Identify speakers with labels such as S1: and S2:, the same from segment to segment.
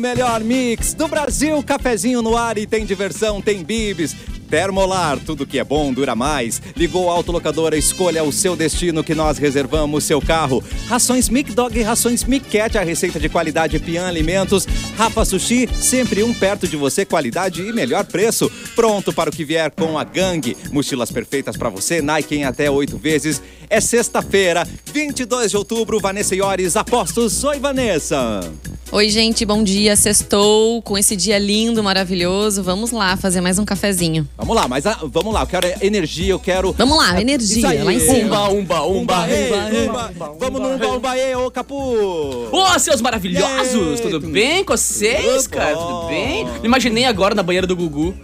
S1: melhor mix do Brasil. Cafezinho no ar e tem diversão, tem bibis. Termolar, tudo que é bom dura mais. Ligou a autolocadora, escolha o seu destino que nós reservamos seu carro. Rações Mic Dog e Rações Mic Cat, a receita de qualidade Pian Alimentos. Rafa Sushi, sempre um perto de você, qualidade e melhor preço. Pronto para o que vier com a gangue. Mochilas perfeitas para você, Nike em até oito vezes. É sexta-feira, 22 de outubro, Vanessa Iores, apostos. Oi, Vanessa!
S2: Oi, gente, bom dia. Sextou com esse dia lindo, maravilhoso. Vamos lá fazer mais um cafezinho.
S1: Vamos lá, mas ah, vamos lá, eu quero energia, eu quero. um
S2: Vamos lá, energia,
S1: aí.
S2: lá em cima.
S3: Umba, umba, umba.
S1: Umba, ei, umba,
S3: umba, umba,
S1: Vamos no umba, umba, ei, ô Capu!
S3: Ô, seus maravilhosos!
S1: Ei,
S3: Tudo
S1: tudo
S3: bem com vocês,
S1: bom.
S3: cara? Tudo bem? Me imaginei agora na banheira do Gugu.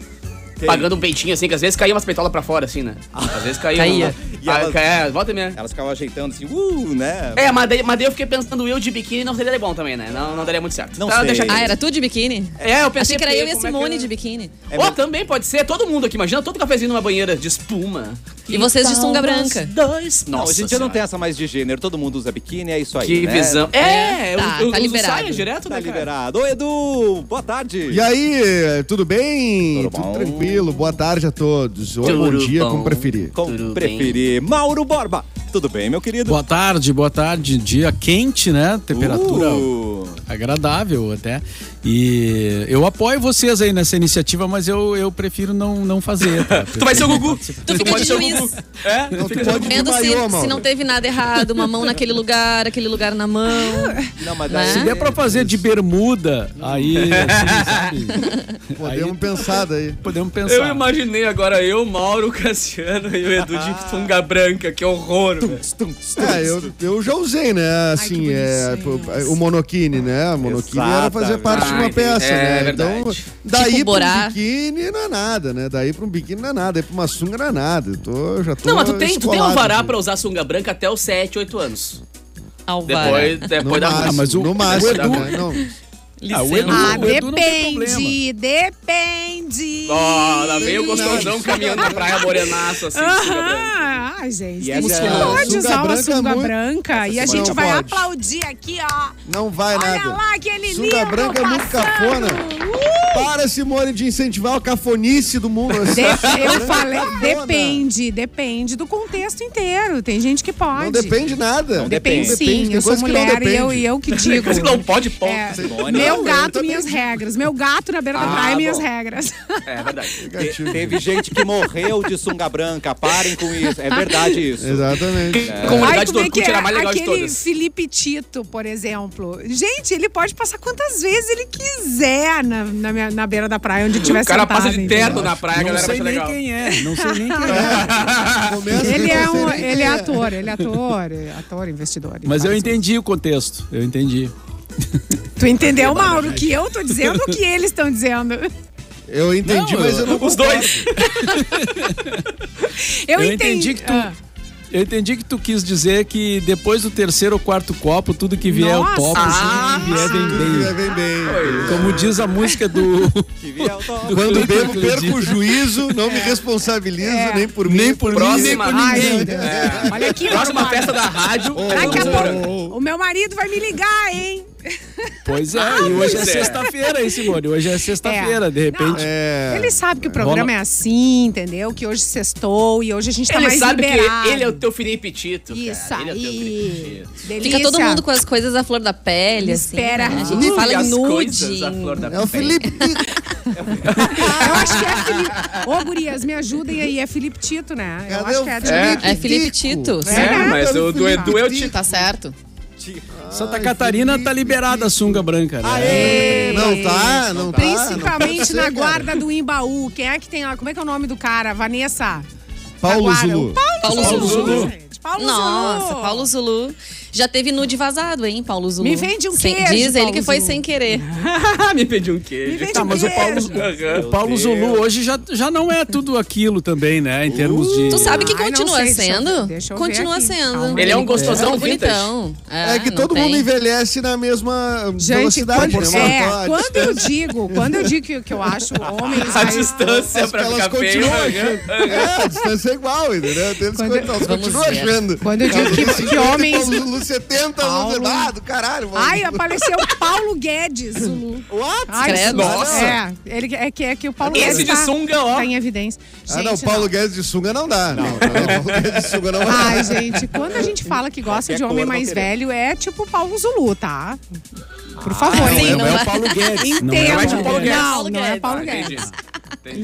S3: Pagando um peitinho assim, que às vezes caía umas peitolas pra fora, assim, né? Às vezes caía.
S2: Caía.
S1: Ah. E
S3: Ah,
S1: elas-
S3: caía, volta e meia.
S1: Elas ficavam ajeitando assim, uh, né?
S3: É, mas daí, mas daí eu fiquei pensando, eu de biquíni não seria bom também, né? Não, não daria muito certo.
S1: Não
S3: Então,
S1: sei.
S3: deixa
S2: Ah,
S3: quieto.
S2: era tu de biquíni?
S3: É, eu pensei
S2: Achei que era eu e a
S3: como é
S2: Simone
S3: era?
S2: de biquíni.
S1: É
S3: Ou
S1: mesmo.
S3: também pode ser, todo mundo aqui, imagina todo cafezinho numa banheira de espuma.
S2: E vocês de
S3: tal
S2: sunga
S3: nós
S2: branca?
S3: Dois.
S1: Não, hoje em dia não
S3: Senhora.
S1: tem essa mais de gênero, todo mundo usa biquíni, é isso aí.
S3: Que
S1: né?
S3: visão.
S2: É,
S3: tá É,
S2: tá,
S3: eu, eu,
S2: tá
S3: uso
S2: liberado.
S3: saia direto,
S1: Tá
S3: né, cara?
S1: liberado. Ô, Edu, boa tarde.
S4: E aí, tudo bem?
S1: Tudo
S4: Tudo,
S1: bom?
S4: tranquilo? Boa tarde a todos. Ou
S3: Tudo
S4: bom dia,
S3: bom.
S4: como preferir.
S1: Como
S3: Tudo
S1: preferir. Mauro Borba, tudo bem, meu querido?
S5: Boa tarde, boa tarde. Dia quente, né? Temperatura
S1: Uh,
S5: agradável até. E eu apoio vocês aí nessa iniciativa, mas eu, eu prefiro não, não fazer. tá?
S3: Tu vai ser o Gugu.
S2: Tu fica
S3: pode
S2: de
S3: ser o
S2: juiz.
S3: Gugu. É?
S4: Não, tu pode ir de
S2: Vendo se,
S4: maiô,
S2: se
S4: Mauro.
S2: não teve nada errado, uma mão naquele lugar, aquele lugar na mão.
S1: não, mas
S2: Né?
S5: Se der pra fazer de bermuda, aí. assim, sabe?
S4: Podemos
S5: Aí
S4: pensar daí.
S5: podemos pensar.
S3: Eu imaginei agora eu, Mauro, Cassiano e o Edu
S6: Ah.
S3: de sunga branca, que horror, velho.
S4: É, eu, eu já usei, né? Assim, é, pô, o monoquine, né? O monoquine era fazer
S1: Exatamente.
S4: parte de uma peça,
S3: É,
S4: né?
S3: verdade.
S4: Então, daí
S2: Tipo
S4: pra
S2: Borá.
S4: um biquíni não é nada, né? Daí pra um biquíni não é nada, daí pra uma sunga não é nada. Eu, tô, eu já tô
S3: Não, mas tu tem, tu tem
S4: escolado
S3: alvará
S4: aqui.
S3: pra usar sunga branca até os 7, 8 anos.
S2: Alvara.
S3: Depois,
S4: No
S3: depois da...
S4: máximo,
S5: mas o-
S4: no
S5: o
S4: máximo,
S3: Edu-
S4: né? Não.
S5: Ah, o Edu,
S6: Ah,
S5: o Edu não tem problema.
S6: depende, depende.
S3: Ó, Ah, lá veio o gostosão caminhando na praia morenaço, assim, de sunga branca.
S6: Ah, ai, gente,
S1: E
S6: tem
S1: essa-
S6: gente que não pode
S4: sunga
S6: usar uma
S4: branca é
S6: sunga
S4: muito-
S6: branca. E
S4: semana
S6: a gente
S4: não
S6: vai
S4: pode.
S6: aplaudir aqui, ó.
S4: Não vai
S6: Olha
S4: nada.
S6: lá aquele Uh!
S4: Sunga
S6: livro
S4: branca é muito
S6: passando.
S4: cafona. Para, Simone, de incentivar o cafonice do mundo. assim.
S6: De- eu falei,
S4: Cafona.
S6: depende, depende do contexto inteiro. Tem gente que pode.
S4: Não depende nada. Não
S6: Depende sim,
S4: tem
S6: eu sou
S4: coisa que não
S6: mulher e eu,
S4: depende.
S6: e eu que digo.
S3: Você não pode, pô.
S6: É,
S1: Simone.
S6: meu
S4: Não,
S6: gato,
S4: eu
S6: minhas
S4: também.
S6: regras. Meu gato na beira da
S3: Ah,
S6: praia, minhas
S3: bom.
S6: regras.
S3: É verdade.
S4: Negativo.
S1: Teve gente que morreu de sunga branca, parem com isso. É verdade isso.
S4: Exatamente.
S6: Ai,
S3: Comunidade
S6: como
S3: do
S6: é que
S3: Orkut
S6: é?
S3: era a mais legal de
S6: Aquele
S3: todas.
S6: Felipe Tito, por exemplo. Gente, ele pode passar quantas vezes ele quiser na, na, minha- na beira da praia, onde tiver
S3: O cara
S6: sentado,
S3: passa de
S6: entendeu?
S3: terno na praia, Ah, a
S5: Não
S3: galera vai
S5: sei
S3: ser
S5: nem
S3: legal.
S5: quem é, não sei nem quem é.
S4: Começa que
S6: Ele
S4: eu
S6: é,
S4: não sei
S6: um,
S4: nem quem
S6: ele é
S4: é.
S6: ator, ele é ator, é ator, investidor.
S5: Mas eu
S6: Faz-
S5: entendi o contexto, eu entendi.
S6: Tu entendeu, Mauro, que eu tô dizendo o que eles estão dizendo.
S4: Eu entendi,
S5: Não,
S4: mas eu não
S3: Os dois.
S6: Eu,
S5: Eu entendi que tu-
S6: Ah.
S5: Eu entendi que tu quis dizer que depois do terceiro ou quarto copo, tudo que vier é o
S6: Nossa!
S5: topo,
S3: Ah,
S5: tudo que vier vem
S4: Tudo
S5: bem.
S4: que vem bem.
S5: Como diz a música do.
S1: Que vier o toque.
S4: Quando
S5: Cleiton
S4: bebo,
S5: Cledito.
S4: perco o juízo, não me responsabilizo
S6: É.
S4: nem por mim.
S5: Nem por mim, nem
S3: Próxima.
S5: por
S6: Ai,
S5: ninguém.
S3: É.
S6: Olha aqui,
S3: Próxima
S6: Mauro.
S3: festa da rádio.
S6: Daqui a
S3: Ô,
S6: pouco, o meu marido vai me ligar, hein?
S5: Pois é,
S4: Ah,
S5: e hoje
S3: pois
S5: é
S3: é.
S5: sexta-feira, hein, Simone? Hoje é sexta-feira, de repente.
S4: É.
S6: Ele sabe que o programa é assim, entendeu? Que hoje sextou e hoje a gente tá
S3: Ele
S6: mais
S3: sabe
S6: liberado.
S3: que ele é o teu Felipe Tito. cara.
S6: Isso
S3: Ele é o teu
S6: aí.
S3: Felipe Tito.
S2: Fica
S6: Delícia.
S2: todo mundo com as coisas à flor da pele, assim.
S6: Espera. Hum.
S2: né? A gente fala em
S3: as
S2: nude.
S3: coisas à flor da
S4: É o
S3: pele.
S4: Felipe.
S6: Ah, eu acho que é Felipe. Ô, gurias, me ajudem aí. É Felipe Tito, né? Eu
S4: Cadê
S6: acho
S4: o
S6: que é.
S4: Felipe?
S2: É Felipe
S4: Tico?
S2: Tito.
S3: É, mas o do Edu é o Tito.
S2: Tá certo.
S5: Santa
S4: Ai,
S5: Catarina tá
S4: Felipe
S5: liberada a sunga branca, né?
S6: Ei.
S4: tá, Não tá, não tá.
S6: É. Principalmente
S4: não tá.
S6: na guarda do Imbaú. Quem é que tem lá? Como é que é o nome do cara? Vanessa?
S4: Paulo
S6: Da guarda.
S4: Zulu.
S6: Paulo,
S2: Paulo
S6: Zulu.
S5: Zulu.
S6: gente. Paulo
S2: Nossa,
S6: Zulu.
S2: Paulo Zulu. Já teve nude vazado, hein, Paulo Zulu?
S6: Me vende um
S2: Sem-
S6: queijo,
S2: Diz ele
S6: Paulo
S2: que foi
S6: Zulu. Ah.
S2: sem querer.
S3: Me pediu um
S6: Me
S3: queijo.
S6: vende
S5: Tá, mas o Paulo,
S6: beijo.
S5: o Paulo Zulu hoje já, já não é tudo aquilo também, né? Em termos
S4: Uh.
S5: de.
S2: Tu sabe que
S6: Ai, não
S2: continua
S6: sei, deixa eu-
S2: sendo?
S6: deixa eu ver
S2: continua
S6: aqui. Calma
S2: sendo.
S6: aí.
S3: Ele é um gostosão
S2: Todo
S3: vintage.
S2: bonitão. Ah,
S4: É que
S2: não
S4: todo
S2: tem.
S4: mundo envelhece na mesma
S6: Gente,
S4: velocidade.
S6: quando,
S4: né?
S6: é,
S4: Uma-
S6: quando eu digo, quando eu digo que, que eu acho homens
S3: A
S6: mais-
S3: distância
S6: é
S4: Acho
S3: pra
S4: que elas
S3: ficar feio.
S4: continuam
S3: né?
S4: É, a distância é igual, entendeu? Tem eles
S6: Quando-
S4: quando, elas
S2: Vamos
S4: continuam
S2: ver.
S4: achando.
S6: Quando eu digo que, que homens,
S4: Paulo Zulu anos 70,
S6: Paulo.
S4: anos... Ah, do caralho. mano.
S6: Ai, apareceu o Paulo Guedes, Zulu.
S1: What?
S6: Ai,
S2: Credo.
S6: Zulu.
S3: Nossa.
S6: É, ele, é, que, é que o Paulo
S3: Esse
S6: Guedes
S3: de
S6: tá,
S3: sunga, ó.
S6: tá em evidência.
S4: ah, não,
S6: Gente,
S4: Paulo Guedes de sunga não dá. Não, não, Paulo Guedes de sunga não dá.
S6: Ai, gente, quando a gente fala que gosta
S3: É
S1: Qualquer
S6: de homem
S1: cor, não
S6: mais
S1: queremos.
S6: velho, é tipo Paulo Zulu, tá? Por
S3: Ah,
S6: favor,
S5: Não,
S2: Sim,
S5: é,
S6: hein?
S2: não
S5: é
S2: vai.
S5: o Paulo Guedes. Não é
S6: Entendam.
S5: o
S3: de Paulo Guedes.
S6: Não, não é
S2: Guedes.
S6: Paulo
S3: Entendi.
S6: Guedes.
S3: Entendi.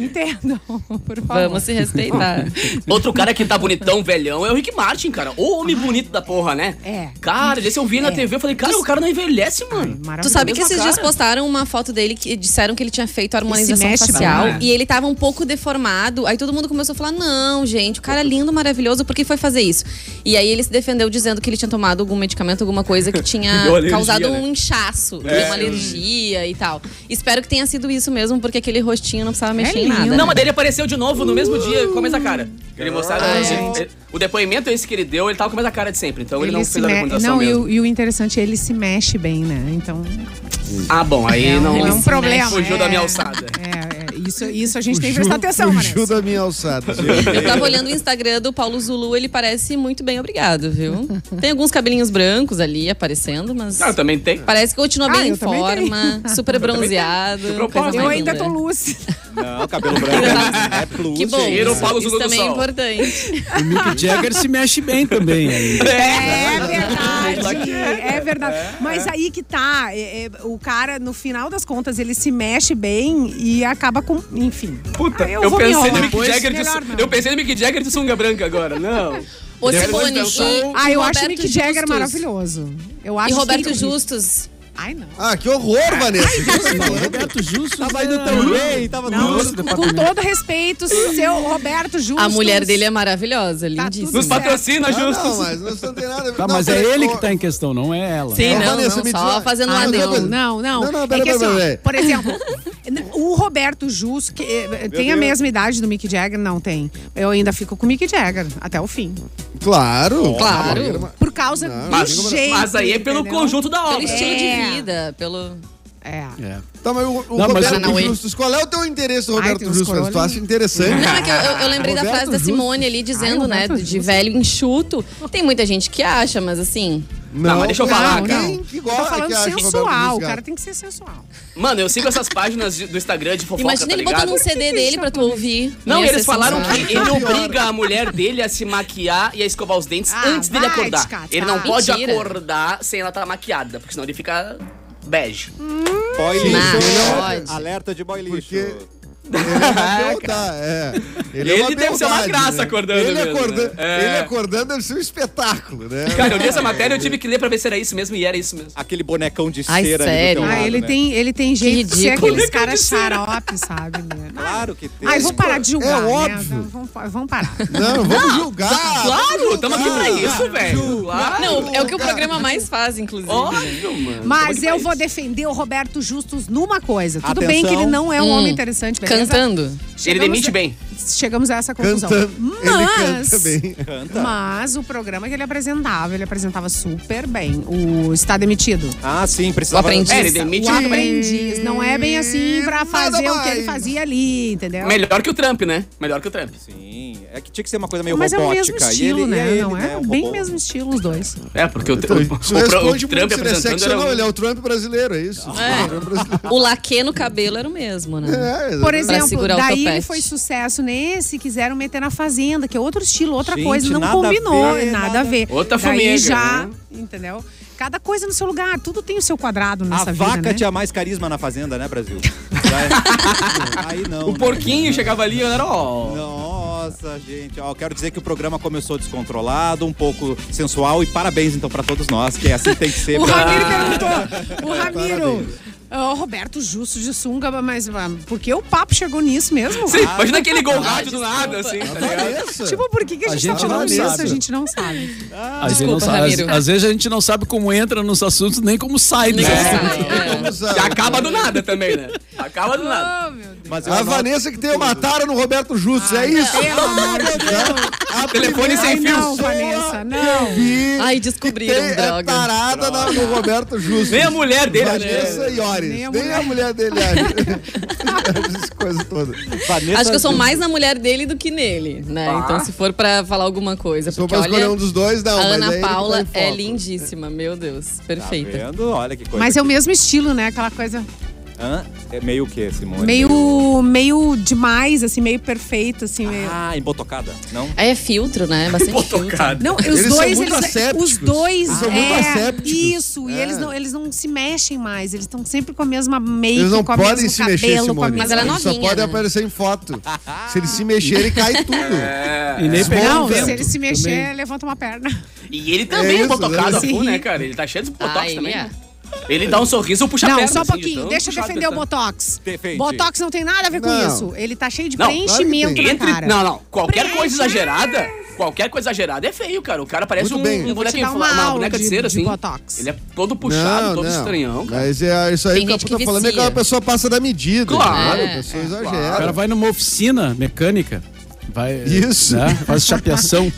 S6: Entendam, por favor.
S2: Vamos se respeitar.
S3: Outro cara que tá bonitão, velhão, é o Rick Martin, cara. O homem bonito da porra, né?
S6: Ah. É.
S3: Cara, esse eu vi na
S6: É.
S3: TV, eu falei, cara, o cara não envelhece, mano.
S2: Tu
S6: Maravilhoso.
S2: sabe que
S3: Mesma
S2: esses dias
S3: cara.
S2: postaram uma foto dele que disseram que ele tinha feito a harmonização
S6: mexe
S2: facial
S3: pra lá.
S2: e ele tava um pouco deformado. Aí todo mundo começou a falar: não, gente, o cara é lindo, maravilhoso, por que foi fazer isso? E aí ele se defendeu dizendo que ele tinha tomado algum medicamento, alguma coisa que tinha
S3: Deu alergia, né?
S2: causado
S3: É.
S2: um inchaço, deu uma alergia e tal. Espero que tenha sido isso mesmo, porque aquele rostinho não precisava mexer em
S6: lindo.
S2: nada.
S3: É
S2: né?
S3: Não, mas daí ele apareceu de novo no mesmo dia com a mesma cara. Ele mostrava.
S6: Ah,
S2: Ai,
S3: ele-
S2: gente.
S3: ele- o depoimento esse que ele deu, ele tava com a mesma cara de sempre. Então ele,
S6: Ele
S3: não
S6: se
S3: fez a
S6: me...
S3: recomendação
S6: Não, e
S3: mesmo.
S6: o, e o interessante, ele se mexe bem, né? Então,
S3: Ah, bom, aí
S2: É um-
S3: não.
S6: é
S2: ele
S6: um
S2: se
S6: problema.
S2: mexe.
S3: Fugiu da minha
S6: é.
S3: alçada.
S6: É, é, isso, isso a gente tem que prestar atenção, né?
S4: Fugiu da é minha alçada.
S2: Eu tava olhando o Instagram do Paulo Zulu, ele parece muito bem, obrigado, viu? Tem alguns cabelinhos brancos ali aparecendo, mas.
S3: Ah, eu também tem.
S2: Parece que continua
S6: Ah,
S2: bem
S6: eu
S2: em
S6: também
S2: forma, super bronzeado.
S3: De propósito. é
S2: coisa
S6: Eu
S2: mais
S6: ainda
S2: linda.
S6: tô luz.
S1: Não, cabelo branco é é plus,
S2: Que bom.
S1: gente.
S3: Tira o Paulo
S2: Isso
S3: Zulu do
S2: também é
S3: sol.
S2: importante.
S5: O Mick Jagger se mexe bem também. aí.
S6: É verdade,
S3: Aqui.
S6: é verdade. Mas aí que tá, é, é, o cara, no final das contas, ele se mexe bem e acaba com. Enfim.
S3: Puta,
S6: Ah,
S3: eu,
S6: eu vou me
S3: pensei no
S6: enrolar.
S3: Mick Jagger de,
S6: Melhor
S3: su-
S6: não.
S3: Eu pensei no Mick Jagger de sunga branca agora. Não.
S2: O
S3: Depois
S2: Simone
S3: dessa-
S2: e
S6: Ah, eu acho
S2: Roberto
S6: o Mick Jagger
S2: Justus.
S6: maravilhoso. Eu acho
S2: E Roberto
S6: que...
S2: Justus.
S6: Ai, não.
S4: Ah, que horror, Vanessa. O que você tá falando?
S5: Roberto Justo.
S1: Tava indo tão bem, tava
S5: Não.
S1: tão...
S5: Outro
S6: Com
S5: departamento.
S6: todo respeito, seu Roberto Justus.
S2: A mulher dele é maravilhosa,
S6: Tá
S2: lindíssima.
S3: Nos
S6: Certo.
S3: patrocina,
S4: Ah,
S3: Justus.
S4: não, mas isso não tem nada a ver.
S5: Tá,
S4: Não,
S5: mas
S4: peraí,
S5: é ele
S4: ô,
S5: que tá em questão, não é ela.
S2: Sim,
S4: Ô,
S2: não,
S4: Vanessa,
S2: não,
S4: me
S2: só
S4: diz-
S2: fazendo um
S4: Ah,
S2: adendo.
S4: coisa.
S6: Não, não.
S4: Não, não,
S6: é
S4: peraí,
S6: que, assim,
S4: peraí,
S6: ó,
S4: peraí.
S6: Por exemplo, n- o Roberto Justus, que eh, tem a
S1: Deus.
S6: mesma idade do Mick Jagger? Não tem. Eu ainda fico com o Mick Jagger até o fim.
S4: Claro.
S2: Claro.
S6: Por causa
S4: Não,
S6: do
S3: Mas,
S6: jeito.
S3: mas aí é pelo
S6: entendeu?
S3: conjunto da
S2: Pelo
S3: obra.
S2: estilo
S6: É.
S2: de vida, pelo.
S6: É.
S5: É.
S4: Tá, mas o, o
S5: Não, mas
S4: Roberto
S2: não, hein?
S4: Justus, qual é o teu interesse, Roberto
S6: tem uns
S4: Justus? Tu
S6: corolinhos.
S4: acha interessante?
S3: Tá,
S2: Não, é que eu, eu- eu lembrei da
S4: Roberto
S2: frase da
S4: Justus.
S2: Simone ali dizendo,
S6: Ai,
S2: né,
S6: Ah, Roberto
S2: de velho enxuto. Tem muita gente que acha, mas assim.
S3: Não, mas deixa eu falar,
S6: Não,
S3: cara.
S6: não.
S4: é Que
S6: Eu Tô
S4: gosta,
S6: falando
S4: que acha
S6: sensual, o
S4: Roberto
S6: cara
S4: Justus,
S6: tem que ser sensual.
S3: Mano, eu sigo essas páginas de- do Instagram de fofoca,
S2: Imagina
S3: tá
S2: ele
S3: ligado?
S2: botando um CD dele pra tu ouvir.
S3: Não,
S2: Ia
S3: eles
S2: ser
S3: falaram que
S2: sensacional.
S3: ele obriga a mulher dele a se maquiar e a escovar os dentes
S6: Ah,
S3: antes dele
S6: vai
S3: acordar.
S6: te catar.
S3: Ele não pode
S2: Mentira.
S3: acordar sem ela estar maquiada, porque senão ele fica bege.
S1: Boy lixo.
S2: Não, pode.
S1: Alerta de boy lixo.
S4: Porque- Ele é uma beldade, é. Ele, é uma
S3: Ah, Ele deve ser uma
S4: beldade,
S3: graça
S4: né?
S3: acordando
S4: Ele,
S3: mesmo,
S4: acorda-
S3: né? É.
S4: ele acordando deve ser um espetáculo, né?
S3: Cara, eu li essa matéria e eu tive que ler pra ver se era isso mesmo, e era isso mesmo.
S1: Aquele bonecão de
S2: Ai,
S1: cera ali do
S2: sério?
S3: um
S1: teu
S6: Ah,
S1: lado,
S6: ele,
S1: né?
S6: tem, ele tem jeito de ser
S2: ridículo.
S6: aqueles caras xarope, sabe? Né?
S1: Claro que tem.
S6: Ai, vamos parar de julgar, né?
S4: óbvio.
S6: Vamos, vamos parar.
S4: Não, vamos julgar.
S3: tá, Claro, tamo aqui pra isso, velho.
S2: Não,
S3: Claro.
S2: é o que o programa mais faz, inclusive.
S3: Óbvio, mano.
S6: Mas
S3: Tamo aqui pra
S6: eu vou
S3: isso.
S6: defender o Roberto Justus numa coisa. Tudo bem
S1: Atenção.
S6: que ele não é um
S2: Hum,
S6: homem interessante, beleza?
S2: Cantando.
S3: Ele
S6: Chegamos
S3: demite
S6: a-
S3: bem.
S6: Chegamos a essa conclusão.
S4: Cantando. Ele
S6: Mas...
S4: canta bem.
S3: Tá
S6: Mas o programa que ele apresentava, ele apresentava super bem. O Está Demitido.
S1: Ah, sim, precisava...
S2: O aprendiz.
S3: É, ele demite
S6: O aprendiz. Não é bem assim pra
S4: Nada
S6: fazer o que
S4: mais.
S6: ele fazia ali, entendeu?
S3: Melhor que o Trump, né? Melhor que o Trump.
S1: Sim, é que tinha que ser uma coisa meio
S6: Mas é o
S1: robótica.
S6: mesmo estilo,
S1: e ele,
S6: né?
S1: E ele,
S6: não é
S1: né, o
S6: bem
S1: robô.
S6: mesmo estilo os dois.
S3: É, porque o,
S4: Então,
S3: o-
S4: isso
S3: o- o- o
S4: responde
S3: Trump
S4: muito se ele é
S3: apresentando
S4: sexo ou
S3: era
S4: não.
S3: um-
S4: Ele é o Trump brasileiro, é isso?
S2: É.
S4: O Trump brasileiro.
S2: O laque no cabelo era o mesmo, né?
S4: É,
S6: Por
S4: exatamente.
S6: exemplo,
S2: segurar o
S6: daí ele
S2: topete.
S6: foi sucesso nesse, quiseram meter na Fazenda, que é outro estilo, outra
S1: Gente,
S6: coisa, não
S1: nada a
S6: combinou, é
S1: ver,
S6: nada
S1: nada-
S6: a ver.
S3: Outra
S6: daí
S3: fomega,
S6: já,
S3: né?
S6: entendeu? Cada coisa no seu lugar, tudo tem o seu quadrado
S1: A
S6: nessa vida,
S1: vaca
S6: né?
S1: tinha mais carisma na fazenda, né, Brasil? Já- Aí não.
S3: O
S1: né?
S3: porquinho chegava ali e era, ó.
S1: Nossa, gente. Ó, quero dizer que o programa começou descontrolado, um pouco sensual. E parabéns, então, pra todos nós, que é assim que tem que ser.
S6: O
S1: pra-
S6: Ramiro perguntou. O Ramiro. ó, O Roberto Justo de sunga, mas ah, por que o papo chegou nisso mesmo?
S3: Sim, imagina aquele gol rádio do nada, assim, tá ligado?
S4: é Isso.
S6: Tipo, por que, que a,
S5: A
S6: gente, tá
S5: gente
S6: falando
S5: não
S6: isso?
S5: sabe.
S6: A gente não
S5: A
S6: sabe.
S5: gente não
S2: Desculpa,
S5: sabe-
S2: Ramiro.
S5: às, às vezes a gente não sabe como entra nos
S4: É.
S5: assuntos, nem como sai dos
S2: Nem como
S5: assuntos.
S6: é.
S2: sai.
S4: Como sabe?
S3: Já acaba do nada também, né? Acaba do nada.
S6: meu Deus.
S1: Mas eu
S4: A
S1: anoto
S4: Vanessa que tem uma tara no Roberto Justus, é isso?
S6: Pelo amor de Deus.
S4: A
S3: Telefone sem
S6: Ai,
S3: fio.
S6: não, Vanessa, não.
S4: Vi
S2: Ai,
S4: que
S2: descobriram
S4: tem- é
S2: droga.
S4: tarada na- no Roberto Justus.
S3: Nem a mulher dele,
S4: Vanessa
S3: né?
S4: Iores.
S6: Nem
S4: Nem
S6: a
S4: a,
S6: mulher.
S4: mulher dele, Ari. Essas coisas todas.
S1: Vanessa
S2: Acho que eu sou um mais na mulher dele do que nele, né? Então, se for pra falar alguma coisa.
S4: Se for
S2: Porque
S4: Tá. pra escolher
S2: olha,
S4: um dos dois, não.
S2: a
S4: mas aí
S2: Ana
S4: ele tá em
S2: Paula é
S4: foco.
S2: lindíssima, meu Deus.
S1: Tá
S2: Perfeita.
S1: vendo? Olha que coisa.
S6: Mas é o mesmo estilo, né? Aquela coisa
S1: Hã? É meio o que, Simone?
S6: meio, meio demais, assim, meio perfeito, assim. meio-
S1: Ah, embotocada, não?
S2: É filtro, né? Bastante filtro.
S3: Tocado.
S6: Não, os
S4: Eles são
S6: dois,
S4: muito assépticos.
S6: os dois,
S4: Eles são muito
S6: é,
S4: assépticos.
S6: isso. E
S4: É.
S6: eles não, eles não se mexem mais. Eles estão sempre com a mesma make,
S4: Eles não
S6: com a
S4: podem
S6: mesmo
S4: se
S6: cabelo,
S4: mexer,
S6: com a
S4: Simone.
S6: mesma...
S2: Mas ela é
S4: Eles só
S2: novinha,
S4: podem
S2: né?
S4: aparecer em foto. Se eles se mexerem, cai tudo.
S3: É.
S5: E nem pegou
S6: Não,
S5: um
S6: se
S5: vento
S6: ele se mexer,
S5: também.
S6: levanta uma perna.
S3: E ele também é,
S4: isso,
S3: botocado
S4: né?
S3: a full,
S6: Sim.
S3: né, cara? Ele tá cheio de botox
S2: Ah, ele
S3: também.
S2: é.
S3: né? Ele dá um sorriso ou puxa a
S6: não,
S3: perna.
S6: só um
S3: assim, de
S6: pouquinho.
S3: tão
S6: Deixa eu
S3: puxado
S6: defender o
S3: que ele tá.
S6: Botox.
S1: Defende.
S6: Botox não tem nada a ver com
S4: Não.
S6: isso. Ele tá cheio de
S3: Não,
S6: preenchimento
S4: claro
S6: na
S3: Entre,
S6: cara.
S3: não, não. Qualquer
S6: Brecha!
S3: coisa exagerada, qualquer coisa exagerada é feio, cara. O cara parece
S4: Muito
S3: um,
S4: bem.
S3: um
S4: Eu
S6: vou te
S3: boneco
S6: dar
S3: infla-
S6: uma aula
S3: boneca
S6: de-
S3: de cera,
S6: de
S3: assim.
S6: botox.
S3: Ele é todo puxado, todo estranhão, cara.
S4: Mas é isso aí
S2: Tem
S4: que a
S2: gente
S4: puta
S2: que
S4: falando é que
S2: vicia.
S4: a pessoa passa da medida.
S3: Claro.
S4: né? A pessoa
S5: O cara
S4: exagera.
S5: vai numa oficina mecânica. Vai,
S4: Isso.
S5: né, Faz chapeação.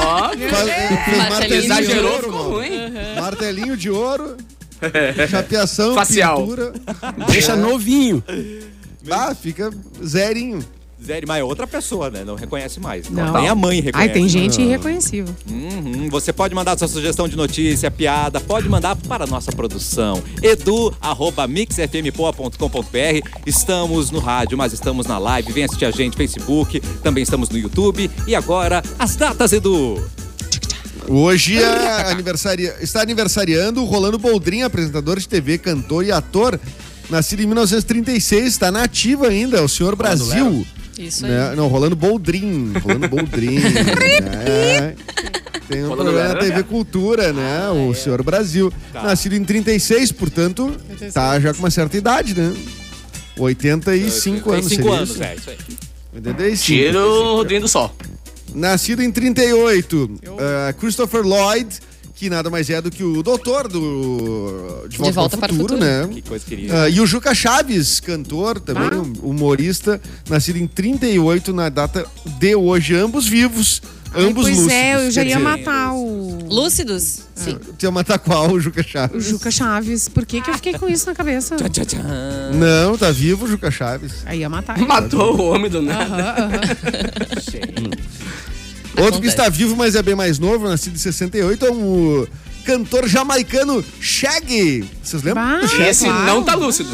S3: Ó,
S4: Faz- fez
S2: É, Martelinho
S4: martelinho de
S3: É. exagerou,
S4: ouro,
S3: ficou
S4: mano. É.
S3: ruim. É.
S4: Martelinho de ouro. Chapeação,
S3: Facial.
S4: pintura.
S5: deixa novinho.
S4: Ah, fica zerinho.
S1: Zé, mas é outra pessoa, né? Não reconhece mais.
S6: Não.
S1: Nem a mãe reconhece.
S6: Ai, tem gente irreconhecível.
S1: Uhum. Você pode mandar sua sugestão de notícia, piada, pode mandar para a nossa produção. edu.mixfmpoa.com.br Estamos no rádio, mas estamos na live. Vem assistir a gente, Facebook, também estamos no YouTube. E agora, as datas, Edu.
S4: Hoje é aniversari... está aniversariando o Rolando Boldrin, apresentador de TV, cantor e ator. Nascido em 1936, está na ativa ainda, é o senhor Brasil.
S2: Isso aí.
S4: Né? Não, Rolando Boldrin. Rolando Boldrin. né? Tem um
S3: Rolando
S4: programa na
S3: Boldrin,
S4: TV Cultura,
S2: Ah,
S4: né? O
S2: é.
S4: senhor Brasil.
S1: Tá.
S4: Nascido em 36, portanto, tá já com uma certa idade, né? 85 anos.
S1: Cinco
S4: seria
S1: anos,
S4: isso?
S1: é isso aí.
S4: 85.
S3: Tira o Rodrigo do Sol.
S4: Nascido em 38, eh, Christopher Lloyd, que nada mais é do que o doutor do De Volta,
S2: Volta
S4: para
S2: para
S4: o
S2: o
S4: Futuro,
S2: Futuro.
S4: né?
S1: Que coisa querida.
S4: Ah, e o Juca Chaves, cantor também,
S6: Ah.
S4: um humorista, nascido em 38, na data de hoje, ambos vivos, ambos
S6: pois
S4: lúcidos.
S6: é, eu já
S4: quer
S6: ia
S4: dizer,
S6: matar o,
S2: Lúcidos? Sim.
S4: Tu ia matar qual, o Juca
S6: o
S4: Chaves?
S6: Juca Chaves. Por que, que eu fiquei com isso na cabeça?
S1: Tchau, tchau.
S4: Não, tá vivo o Juca Chaves.
S6: Aí ia matar.
S3: Matou o homem do nada.
S6: Tá
S4: Outro que está vivo, mas é bem mais novo, nascido em 68, é o cantor jamaicano Shaggy. Vocês lembram?
S6: Bah,
S4: do Shaggy?
S3: Esse
S6: claro.
S3: não tá lúcido.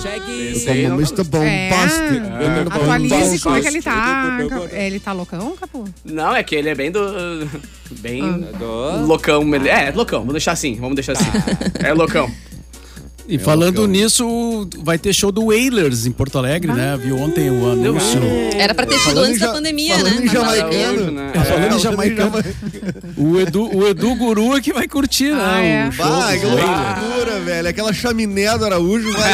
S3: Esse aí não tá
S4: Como está
S3: lúcido.
S4: bom,
S6: É.
S1: Bom,
S6: Atualize
S1: bom,
S6: como é que
S1: bom.
S6: ele tá.
S1: Bom, bom, bom.
S6: Ele tá loucão, Capu?
S3: Não, é que ele é bem do. Bem.
S4: Ah.
S1: Do-
S3: Loucão. mele- É, loucão. Vamos deixar assim. Vamos deixar assim. É loucão.
S4: É,
S5: E falando nisso, vai ter show do Whalers em Porto Alegre, né? Viu ontem o anúncio.
S2: Era pra ter sido
S4: É. Falando
S2: antes
S4: em ja-
S2: da pandemia,
S4: falando
S2: né?
S4: em
S2: Mas-
S4: Jamaica. Jamaicano. Tá
S3: né?
S5: Falando em jamaicano, o Edu, o Edu Guru é que vai curtir, né?
S6: Ah, é.
S5: O show
S4: Bah,
S5: do
S4: que loucura, velho. Aquela chaminé do Araújo vai.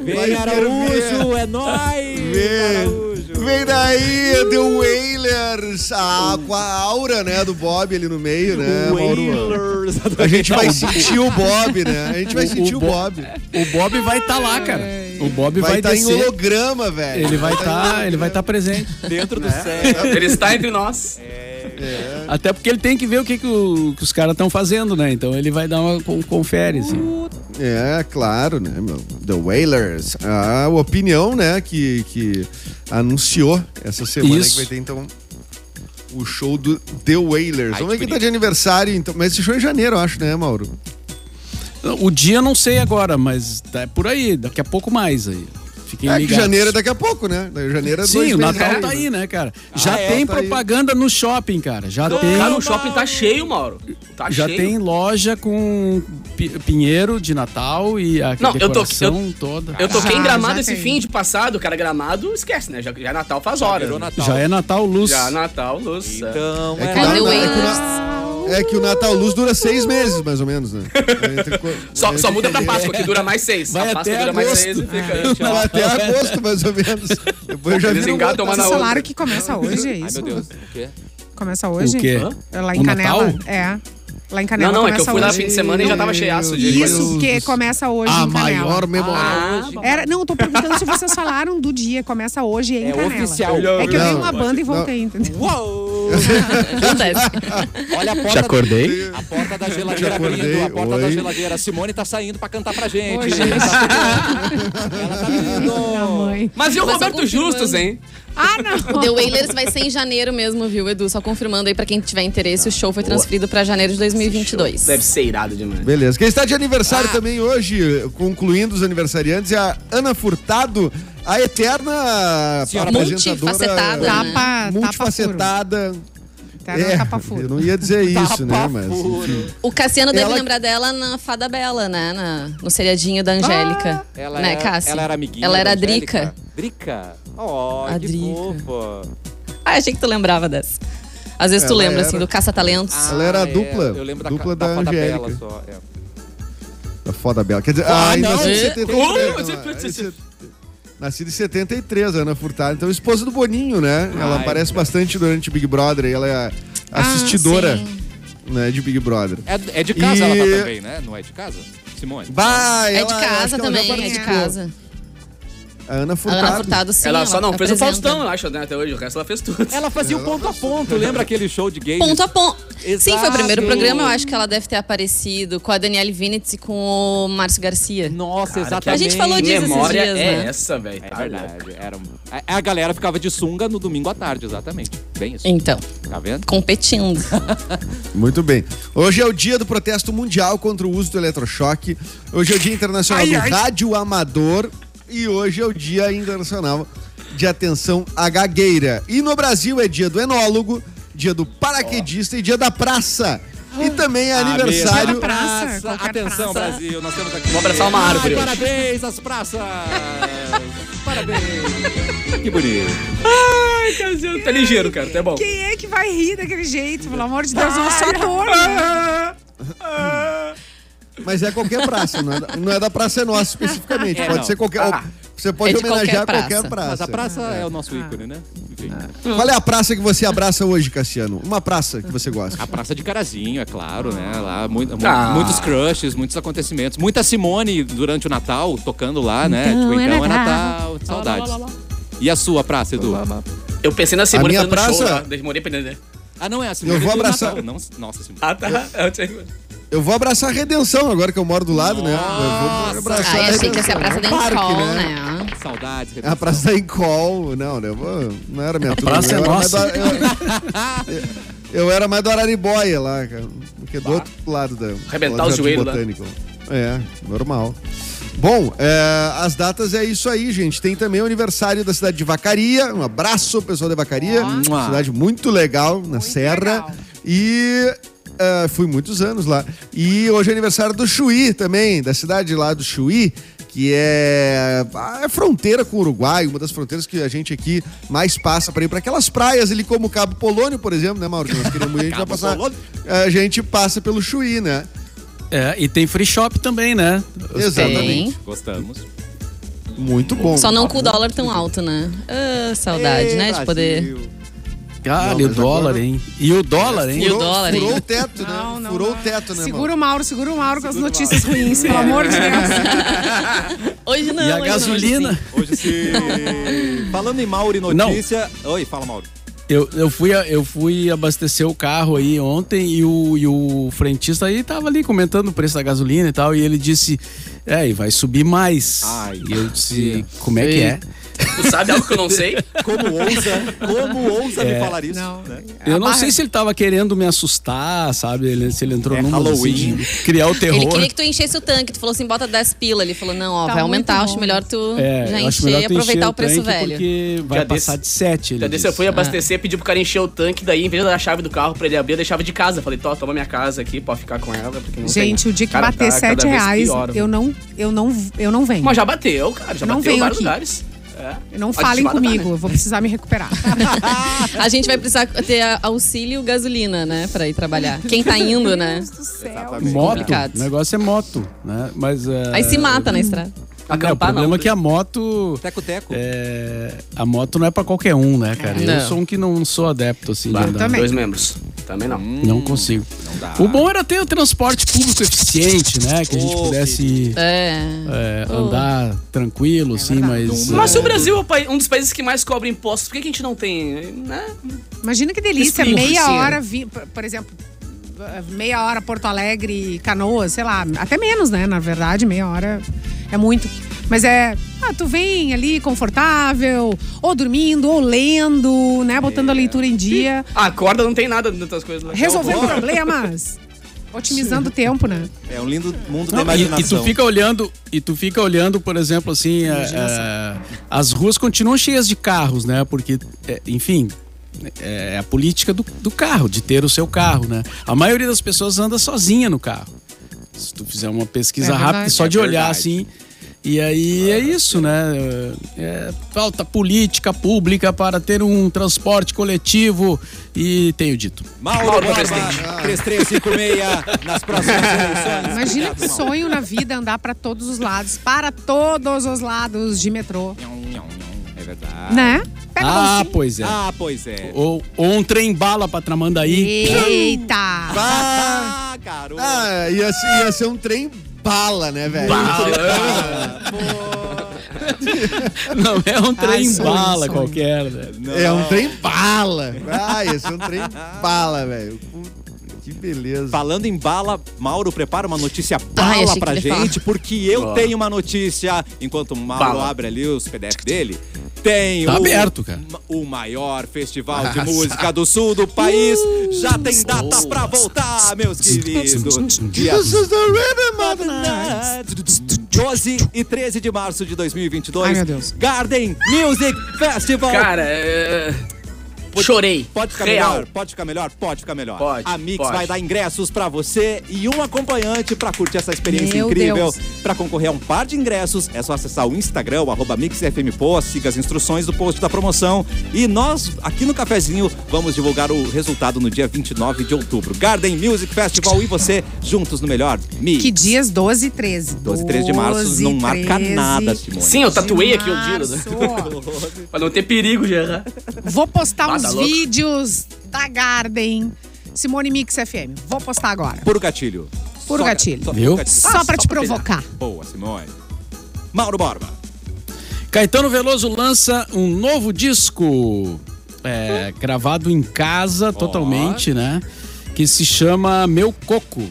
S1: Vem, Araújo, é nóis!
S4: um Vem.
S1: Araújo.
S4: Vem daí, The Wailers. A, com a aura, né, do Bob ali no meio, né, Mauro?
S1: Wailers.
S4: A gente vai sentir o Bob, né? A gente vai sentir o
S5: Bo-
S4: Bob.
S5: O Bob vai estar lá, cara. O Bob
S4: Vai
S5: vai,
S4: estar em
S5: descer.
S4: holograma, velho.
S5: ele vai estar, ele vai estar presente.
S1: Dentro do
S4: Né? É
S1: céu.
S3: Ele está entre nós.
S5: Até porque ele tem que ver o que, que, o- que os caras estão fazendo, né? Então ele vai dar uma con- confere, assim.
S4: É, claro, né, meu? The Wailers. A opinião, né, que, que anunciou essa semana
S5: Isso.
S4: que vai ter, então, o show do The Wailers.
S1: Ai,
S4: Vamos ver
S1: que
S4: que tá de aniversário, então. Mas esse show é em janeiro, eu acho, né, Mauro?
S5: O dia eu não sei agora, mas tá por aí. Daqui a pouco mais aí. Fiquem
S4: É que
S5: ligados.
S4: janeiro é daqui a pouco, né? Daí Janeiro é dois
S5: Sim,
S4: meses
S5: o Natal tá aí, né, cara? Já
S4: é,
S5: tem
S4: tá aí.
S5: propaganda no shopping, cara. Já tem.
S3: Cara, o shopping tá cheio, Mauro. Tá
S5: Já
S3: cheio.
S5: tem loja com pi- pinheiro de Natal e a
S3: Não, eu tô-
S5: decoração toda.
S3: Eu toquei
S6: Já,
S3: em Gramado
S6: já
S3: esse
S6: tem.
S3: fim de passado, cara. Gramado, esquece, né? Já, já é Natal faz horas.
S1: Virou
S3: né?
S1: Natal.
S5: Já é Natal luz.
S3: Já Natal, luz.
S1: Então,
S4: É que,
S1: é.
S2: É,
S4: o
S2: The
S4: Natal- é que o
S2: Wailers.
S4: Na- é que o Natal Luz dura seis meses, mais ou menos, né? Entre co- é
S3: Só,
S4: entre
S3: só muda pra
S4: janeiro-
S3: Páscoa, que dura mais seis.
S5: Vai
S3: a Páscoa
S5: até
S3: dura mais
S5: agosto.
S3: seis e fica.
S4: Não, até agosto, mais ou menos. Depois já
S3: Eles
S4: vira um
S3: engatam
S4: outro-
S3: uma
S6: Esse
S3: na outra.
S6: salário que começa hoje, é
S1: Ai,
S6: isso?
S1: meu Deus. O quê?
S6: Começa
S5: O
S6: hoje?
S5: quê?
S6: É lá em
S5: O
S6: Canela?
S5: Natal?
S6: É. Lá em Canela
S3: Não, não, é que eu
S6: começa
S3: fui lá no
S6: hoje.
S3: fim de semana e já tava cheiaço de
S6: Isso,
S3: coisa.
S6: porque começa hoje
S4: A
S6: em Canela.
S4: maior memória.
S3: Ah,
S6: Era, não, eu tô perguntando se vocês falaram do dia. Começa hoje em
S1: É
S6: Canela.
S1: oficial.
S6: É que eu dei
S4: Não,
S6: uma banda e voltei, entendeu?
S1: Uou!
S2: Acontece.
S1: Olha a porta.
S5: Já acordei?
S1: A porta da geladeira
S4: Já acordei,
S1: abrindo, a porta da
S4: oi.
S1: geladeira. A Simone tá saindo pra cantar pra gente. tá
S6: Oi, gente.
S1: Ela tá vindo.
S6: mãe.
S3: Mas e o
S2: Mas só
S3: Roberto
S2: confirmando.
S3: Justus, hein?
S6: Ah, não!
S2: The Wailers vai ser em janeiro mesmo, viu, Edu? Só confirmando aí pra quem tiver interesse, o show foi transferido pra janeiro de 2022.
S3: Deve ser irado demais.
S4: Beleza. Quem está de aniversário
S2: Ah.
S4: também hoje, concluindo os aniversariantes, é a Ana Furtado, a eterna
S1: Senhora
S4: apresentadora. Tá
S2: multifacetada, né?
S6: Tapa-
S4: multifacetada. É,
S6: Tá no
S4: eu
S6: tapa-furo.
S4: não ia dizer isso, né? Mas.
S1: Tapafuro.
S4: enfim.
S2: O Cassiano deve
S4: Ela-
S2: lembrar dela na Fada Bela, né? Na- no seriadinho da Angélica.
S1: Ah! Ela,
S2: né,
S1: era-
S2: Cássio?
S1: ela era amiguinha.
S2: Ela era a
S1: da Angélica.
S2: Drica.
S1: Drica? Oh,
S2: A
S1: que
S2: Drica.
S1: fofa.
S2: Ah, achei que tu lembrava dessa. Às vezes tu
S4: Ela
S2: lembra,
S4: era-
S2: assim, do Caça-Talentos.
S1: Ah,
S4: Ela era a dupla,
S1: é. Eu lembro
S4: dupla
S1: da,
S4: da
S1: foto
S4: Angélica.
S1: Bela só. é.
S4: Tá foda, Bela. Quer dizer,
S1: Ah,
S4: ainda
S1: não.
S4: nascida em
S1: É.
S4: 73.
S3: Uh,
S4: não, é, é, Nascida em 73, Ana Furtado. Então, esposa do Boninho, né?
S2: Ah,
S4: Ela
S2: é
S1: Ai,
S4: aparece bastante durante Big Brother. e Ela é a assistidora
S2: sim.
S4: né, de Big Brother.
S1: É, é de casa
S4: E-
S1: ela tá também, né? Não é de casa? Simone?
S4: Vai,
S2: É
S4: ela-
S2: de
S4: eu acho
S2: casa
S4: que ela já
S2: também, é de
S4: participou.
S2: casa.
S4: A Ana
S2: A
S4: Furtado.
S2: Ana Furtado, sim.
S3: Ela só não fez o
S2: apresenta.
S3: Faustão, eu acho, né? Até hoje. O resto ela fez tudo.
S1: Ela fazia o ponto a ponto, lembra aquele show de games?
S2: Ponto a ponto. Sim, foi o primeiro
S1: Exato.
S2: programa. Eu acho que ela deve ter aparecido com a Daniele Vinitz e com o Márcio Garcia.
S1: Nossa,
S2: A
S1: exatamente.
S2: gente falou disso
S3: Que
S2: esses
S3: memória
S2: dias,
S3: é
S2: né?
S3: essa, velho?
S1: É
S3: Tá louco.
S1: verdade. Era... um- A a galera ficava de sunga no domingo à tarde, exatamente. Bem isso.
S2: Então,
S1: Tá vendo?
S2: competindo.
S4: Muito bem. Hoje é o dia do protesto mundial contra o uso do eletrochoque. Hoje é o dia internacional do rádio amador. E hoje é o dia internacional de atenção à gagueira. E no Brasil é dia do enólogo, dia do paraquedista e dia da praça. E também é
S1: Ah,
S4: aniversário...
S1: mesmo.
S6: Praça, qualquer
S1: Atenção,
S6: praça.
S1: Brasil. Nós temos aqui.
S3: Vou abraçar uma
S1: Ai,
S3: árvore hoje.
S1: parabéns às praças. parabéns. Que bonito.
S3: Ai, Cassiano, tá ligeiro, cara. Tá bom.
S6: Quem é que vai rir daquele jeito? Pelo amor de Deus, eu sou ator, né?
S4: Mas é qualquer praça, não é da, não é da Praça é Nossa especificamente.
S1: É,
S4: pode
S1: não.
S4: ser qualquer... Você pode
S2: É de
S4: homenagear
S2: qualquer
S4: qualquer praça.
S2: praça.
S1: Mas a praça é o
S2: Ah.
S1: nosso ícone, né? Enfim.
S4: Qual é a praça que você abraça hoje, Cassiano? Uma praça que você gosta.
S1: A Praça de Carazinho, é claro, né? Lá, mu- mu-
S3: Ah.
S1: muitos crushes, muitos acontecimentos. Muita Simone durante o Natal tocando lá, né? Tipo, então é Natal. Saudades. E a sua praça, Edu?
S3: Eu pensei na Simone
S4: minha
S3: fazendo show
S4: praça-
S3: lá. Demorei pra entender.
S1: Ah, não é a Simone.
S4: Eu vou
S1: do
S4: abraçar-
S1: Natal, Não, nossa, Simone.
S3: Ah, tá. Eu tinha-
S4: Eu vou abraçar a redenção agora que eu moro do lado, né? Eu vou abraçar
S2: Aí achei que ia ser a Praça da
S4: É um parque,
S2: Encol, né?
S1: Saudades.
S4: É a Praça da Incol. Não, né? Eu vou... não era minha turma.
S5: praça é
S4: eu, era mais do...
S5: nossa.
S4: eu- eu era mais do Araribóia lá, cara. Porque do outro lado da.
S3: Arrebentar
S4: lá do
S3: os
S4: Jardim
S3: joelhos lá.
S4: Botânico. É, normal. Bom, é, as datas é isso aí, gente. Tem também o aniversário da cidade de Vacaria. Um abraço, pessoal da Vacaria.
S1: Ó.
S4: Cidade muito legal, na Serra.
S6: legal.
S4: E ah, fui muitos anos lá. E hoje é aniversário do Chuí também, da cidade lá do Chuí, que é a fronteira com o Uruguai, uma das fronteiras que a gente aqui mais passa para ir para aquelas praias ali como Cabo Polônio, por exemplo, né, Mauro? Que Nós queremos ir, a gente vai
S1: Cabo
S4: passar.
S1: Polônio.
S4: A gente passa pelo Chuí, né?
S5: É, e tem free shop também, né?
S4: Exatamente.
S1: Gostamos.
S4: Muito bom.
S2: Só
S5: tá
S2: não com o dólar tão alto, né? Ah,
S5: É,
S2: saudade, né? De poder.
S5: Cara,
S4: Não,
S5: e o
S4: mas
S5: dólar,
S4: agora-
S5: hein? E o dólar, hein?
S2: E o dólar, hein?
S4: Furou o teto, né?
S6: Não, não,
S4: furou
S6: não.
S4: o teto, né,
S6: Segura um
S4: Mauro?
S6: o Mauro, segura o Mauro com as notícias ruins, pelo amor de Deus.
S2: Hoje não.
S5: E a
S2: hoje não, hoje
S5: gasolina?
S2: sim.
S1: Hoje sim. Falando em Mauro e notícia. Oi, fala, Mauro.
S5: Eu, eu, fui, a- eu fui abastecer o carro aí ontem e o, e o frentista aí tava ali comentando o preço da gasolina e tal. E ele disse: É, e vai subir mais.
S1: Ai,
S5: e eu disse: Como é que é?
S3: Tu sabe algo que eu não sei?
S1: Como ousa, como ousa
S5: É.
S1: me falar isso? né?
S5: Eu não sei se ele tava querendo me assustar, sabe? Ele- se ele entrou
S1: É
S5: numa assim,
S1: Halloween.
S5: de criar o terror.
S2: Ele queria que tu enchesse o tanque. Tu falou assim, bota 10 pila. Ele falou, não, ó,
S6: Tá
S2: vai
S6: muito
S2: aumentar.
S6: bom.
S2: Acho melhor tu
S5: É,
S2: já
S5: eu acho
S2: encher
S5: melhor
S2: e
S5: tu encher
S2: aproveitar o preço
S5: tanque
S2: velho.
S5: Porque vai
S3: Já
S5: passar
S3: desse-
S5: de 7.
S3: Já desse eu fui abastecer, pedi pro cara encher o tanque, daí em vez da chave do carro pra ele abrir, eu deixava de casa. Falei, Tó, toma minha casa aqui, pode ficar com ela. Porque não
S6: Gente,
S3: tem.
S6: o dia que
S3: Cara, tá
S6: bater
S3: cada
S6: 7
S3: vez
S6: reais,
S3: pior,
S6: eu
S3: mano.
S6: não, eu não, eu não venho.
S3: Mas já bateu, cara, já
S6: Não
S3: bateu em
S6: venho
S3: vários
S6: aqui.
S3: lugares. É.
S6: Não
S3: A
S6: falem
S3: desfada tá,
S6: comigo,
S3: né?
S6: eu vou precisar me recuperar.
S2: A gente vai precisar ter a- auxílio gasolina, né? Pra ir trabalhar. Quem tá indo, né?
S6: Deus do céu.
S5: Moto,
S2: Complicado.
S5: o negócio é moto, né? Mas. é,
S2: Aí se mata na estrada.
S5: É, o
S3: Acampar,
S5: problema
S3: não.
S5: é que a
S2: né?
S5: moto.
S1: Teco-teco.
S5: É, a moto não é pra qualquer um, né, cara?
S2: Não.
S5: Eu sou um que não sou adepto, assim, de
S3: Bah,
S5: andar.
S6: também.
S3: Dois membros. Também não.
S5: Não consigo. O bom era ter o transporte público eficiente, né? Que a gente
S1: Ô,
S5: pudesse
S2: É.
S5: é, andar tranquilo, assim, mas.
S3: Mas se o
S5: é,
S3: Brasil é o pai- um dos países que mais cobra impostos, por que que a gente não tem? né?
S6: Imagina que delícia,
S3: Explica,
S6: meia
S3: Luciana.
S6: hora, vi- por- por exemplo, meia hora Porto Alegre, Canoas, sei lá, até menos, né? Na verdade, meia hora é muito. Mas é, ah, tu vem ali confortável, ou dormindo, ou lendo, né? Botando a leitura em dia,
S3: A corda Ah, não tem nada dessas coisas. né? lá.
S6: resolvendo problemas, otimizando o tempo, né?
S1: É um lindo mundo da
S5: Não, e, e
S1: imaginação.
S5: tu fica olhando, e tu fica olhando, por exemplo, assim, é, é, as ruas continuam cheias de carros, né? Porque, é, enfim, é a política do, do carro, de ter o seu carro, né? A maioria das pessoas anda sozinha no carro. Se tu fizer uma pesquisa
S6: É verdade.
S5: rápida, só de olhar assim. E aí é isso, né? É, falta política pública para ter um transporte coletivo e tenho dito.
S1: Mauro,
S3: Mauro
S1: Borba,
S3: presidente.
S1: 3356, nas próximas eleições.
S6: Imagina
S1: É. Obrigado,
S6: que
S1: Mauro.
S6: sonho na vida andar pra todos os lados, para todos os lados de metrô,
S1: É verdade.
S6: né? Pega a
S5: Ah,
S6: bolsinha.
S5: pois é.
S1: Ah, pois é.
S5: Ou, ou um trem bala para Tramandaí.
S6: Eita! tá.
S1: Ah, garoto.
S4: Ah, ia, ser- ia ser um trem bala, né, velho?
S5: Não é um trem
S6: Ai, sonho,
S5: bala
S6: sonho.
S5: qualquer, né?
S1: Não.
S4: É um trem bala. Ah, ia ser um trem bala, velho. Puta, Que beleza.
S1: Falando em bala, Mauro prepara uma notícia
S2: Ai,
S1: bala
S2: achei que
S1: pra
S2: ele ia
S1: gente, porque eu
S5: Ó.
S1: tenho uma notícia. Enquanto o Mauro
S3: Bala.
S1: abre ali os PDF dele, tem
S5: Tá
S1: o,
S5: aberto, cara.
S1: ma- o maior festival de
S5: Nossa.
S1: música do sul do país. Já tem data pra voltar, meus queridos. Dia
S4: This is the rhythm of the
S5: né?
S4: night.
S1: 12 e 13 de março de 2022.
S6: Ai, meu Deus.
S1: Garden Music Festival.
S3: Cara, é... chorei.
S1: Pode ficar
S3: Real.
S1: melhor, pode ficar melhor, pode ficar melhor.
S3: Pode,
S1: a Mix
S3: pode.
S1: vai dar ingressos pra você e um acompanhante pra curtir essa experiência
S6: Meu
S1: incrível.
S6: Deus.
S1: Pra concorrer a um par de ingressos, é só acessar o Instagram, o arroba MixFMPost, siga as instruções do post da promoção. E nós, aqui no Cafezinho, vamos divulgar o resultado no dia 29 de outubro. Garden Music Festival e você, juntos no melhor Mix.
S6: Que dias 12 e 13.
S1: 12 e 13 de março,
S6: 12 e
S1: não marca
S6: 13
S1: nada, Simone.
S3: Sim, eu tatuei
S6: de
S3: aqui o Dino. né?
S6: março.
S3: pra não ter perigo né? de errar.
S6: Vou postar
S3: Ah,
S6: uns
S3: tá louco.
S6: vídeos da Garden. Simone Mix FM. Vou postar agora.
S1: Puro gatilho.
S6: Puro
S1: Só ga-
S6: gatilho.
S1: só
S5: Viu?
S1: puro gatilho.
S6: Só pra te
S3: Ah, pra pegar.
S6: provocar.
S1: Boa, Simone. Mauro Borba.
S5: Caetano Veloso lança um novo disco, é, gravado em casa totalmente, né? Que se chama Meu Coco.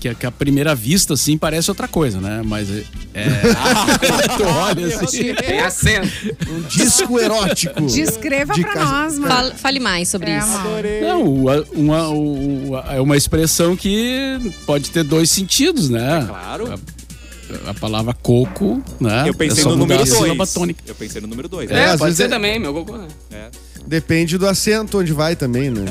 S5: Que, a- que à primeira vista, assim, parece outra coisa, né? Mas é. é tu olha assim.
S3: Tem acento.
S4: Um disco erótico.
S6: Descreva
S4: De
S6: pra
S4: casa.
S6: nós, mano.
S2: Fal- fale mais sobre
S6: É,
S2: isso.
S6: Mauro.
S5: Não, o- a- uma, o- o- a- é uma expressão que pode ter dois sentidos, né?
S1: É Claro.
S5: A, a palavra coco, né?
S1: Eu pensei
S5: é só
S1: no
S5: mudar
S1: número
S5: a sílaba
S1: 2.
S5: tônica.
S1: Eu pensei no número 2.
S3: É,
S4: às
S3: pode
S4: vezes
S3: ser
S4: é-
S3: também, meu cocô. né?
S4: Depende do acento onde vai também, né?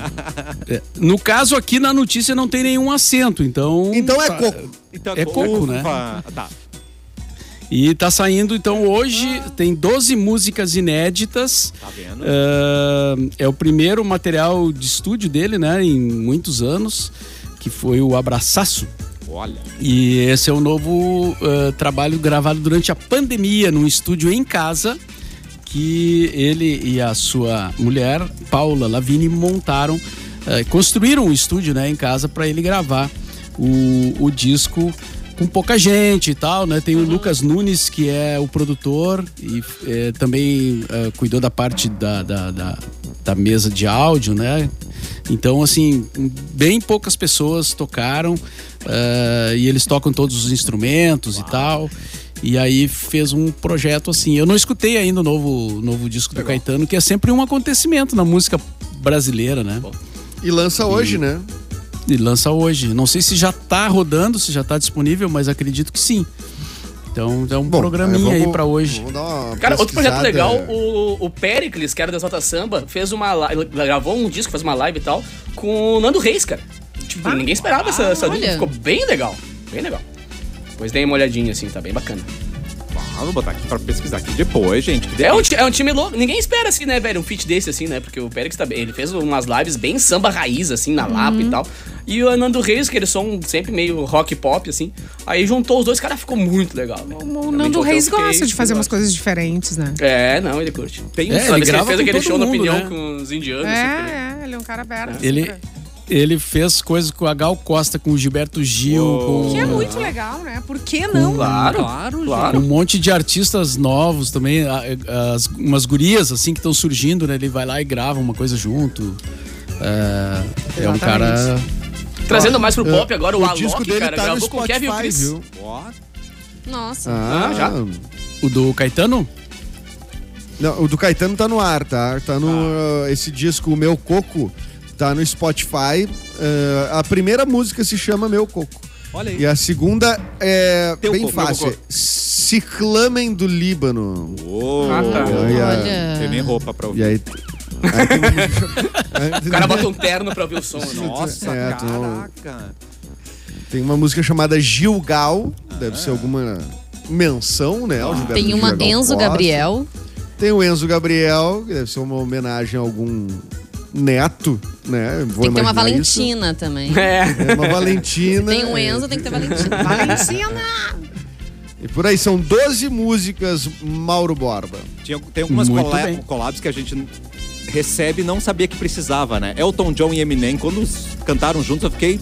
S5: No caso aqui na notícia não tem nenhum acento, então.
S4: Então é
S5: tá-
S4: coco.
S1: Então,
S5: É coco, né?
S1: ufa, Tá.
S5: E tá saindo, então hoje tem 12 músicas inéditas.
S1: Tá vendo?
S5: Ah, é o primeiro material de estúdio dele, né, em muitos anos, que foi o Abraçaço.
S1: Olha.
S5: E esse é o novo ah, trabalho gravado durante a pandemia, num estúdio em casa, que ele e a sua mulher, Paula Lavini, montaram, ah, construíram um estúdio né, em casa para ele gravar o, o disco com pouca gente e tal, né? Tem o Lucas Nunes, que é o produtor e eh, também ah, cuidou da parte da- da- da, da mesa de áudio, né? Então, assim, bem poucas pessoas tocaram eh, e eles tocam todos os instrumentos e tal. E aí fez um projeto assim. Eu não escutei ainda o novo, novo disco do Caetano, que é sempre um acontecimento na música brasileira, né?
S4: E lança hoje, né?
S5: E lança hoje. Não sei se já tá rodando, se já tá disponível, mas acredito que sim. Então é um programinha aí
S4: vamos-
S5: pra hoje.
S4: vamos dar uma
S3: Cara, outro projeto
S4: pesquisada.
S3: legal, o, o Pericles, que era do Exalta Samba, fez uma li- ele gravou um disco, fez uma live e tal, com o Nando Reis, cara. Tipo, ninguém esperava essa, essa
S2: olha.
S3: dupla. Ficou bem legal. Bem legal. Pois deem uma olhadinha, assim, tá bem bacana.
S1: Ah, vou botar aqui pra pesquisar aqui depois, gente. que
S3: É um,
S1: delícia.
S3: ti- é um time louco. Ninguém espera, assim, né, velho? Um feat desse, assim, né? Porque o Pericles tá bem. Ele fez umas lives bem samba raiz, assim, na Lapa
S6: Uhum.
S3: e tal. E o Nando Reis, que eles são sempre meio rock pop, assim. Aí juntou os dois, cara, ficou muito legal. velho.
S6: O
S3: Realmente,
S6: Nando
S3: ontem eu
S6: Reis
S3: fiquei-
S6: gosta de fazer umas
S3: gosto.
S6: coisas diferentes, né?
S3: É, não, ele curte.
S1: Tem
S5: É,
S1: um
S5: ele
S3: Sabe, ele,
S5: grava
S3: fez
S5: com
S3: aquele
S5: todo
S3: show na
S5: mundo,
S3: opinião
S5: né?
S3: com os indianos. assim,
S6: É, é, ele é um cara aberto.
S5: Ele,
S6: super.
S5: Ele fez coisas com a Gal Costa, com o Gilberto Gil, com.
S6: Que é muito legal, né? Por que não?
S3: Claro,
S6: claro,
S3: claro.
S5: Um monte de artistas novos também, a- as- umas gurias assim que estão surgindo, né? Ele vai lá e grava uma coisa junto. É, é um
S6: Exatamente.
S5: cara.
S3: Trazendo mais pro pop agora, o,
S4: o
S3: Alok,
S4: disco dele
S3: cara,
S4: tá no
S3: gravou com o Kevin e o
S4: Spotify,
S3: Chris.
S4: viu?
S2: Nossa.
S4: Ah,
S3: já?
S5: O do Caetano?
S4: Não, o do Caetano tá no ar, tá? Tá no. uh, esse disco, o Meu Coco, tá no Spotify. Uh, a primeira música se chama Meu Coco.
S1: Olha aí.
S4: E a segunda é
S1: Teu
S4: bem
S1: coco, meu
S4: fácil.
S1: coco.
S4: Se clamem do Líbano.
S1: Uou.
S3: Ah, tá.
S4: Olha.
S1: Tem nem roupa pra
S4: E
S1: ouvir.
S4: aí. aí
S3: O cara bota um terno pra ouvir o som. né?
S1: Nossa,
S4: É, tu não-
S1: caraca.
S4: Tem uma música chamada Gilgal, deve
S1: Ah.
S4: ser alguma menção, né? ao Gilberto
S2: Tem uma
S4: Gil, Gal
S2: Enzo
S4: Costa.
S2: Gabriel.
S4: Tem o Enzo Gabriel, que deve ser uma homenagem a algum neto, né? Vou
S2: Tem que ter uma
S4: imaginar isso.
S2: Valentina também.
S3: É.
S4: É uma Valentina.
S2: Tem um
S4: é.
S2: Enzo, tem que ter Valentina.
S6: Valenciana!
S4: E por aí, são 12 músicas Mauro Borba.
S1: Tinha, tem algumas
S5: Muito
S1: cola-
S5: bem.
S1: collabs que a gente recebe e não sabia que precisava, né? Elton John e Eminem, quando os- cantaram juntos, eu fiquei.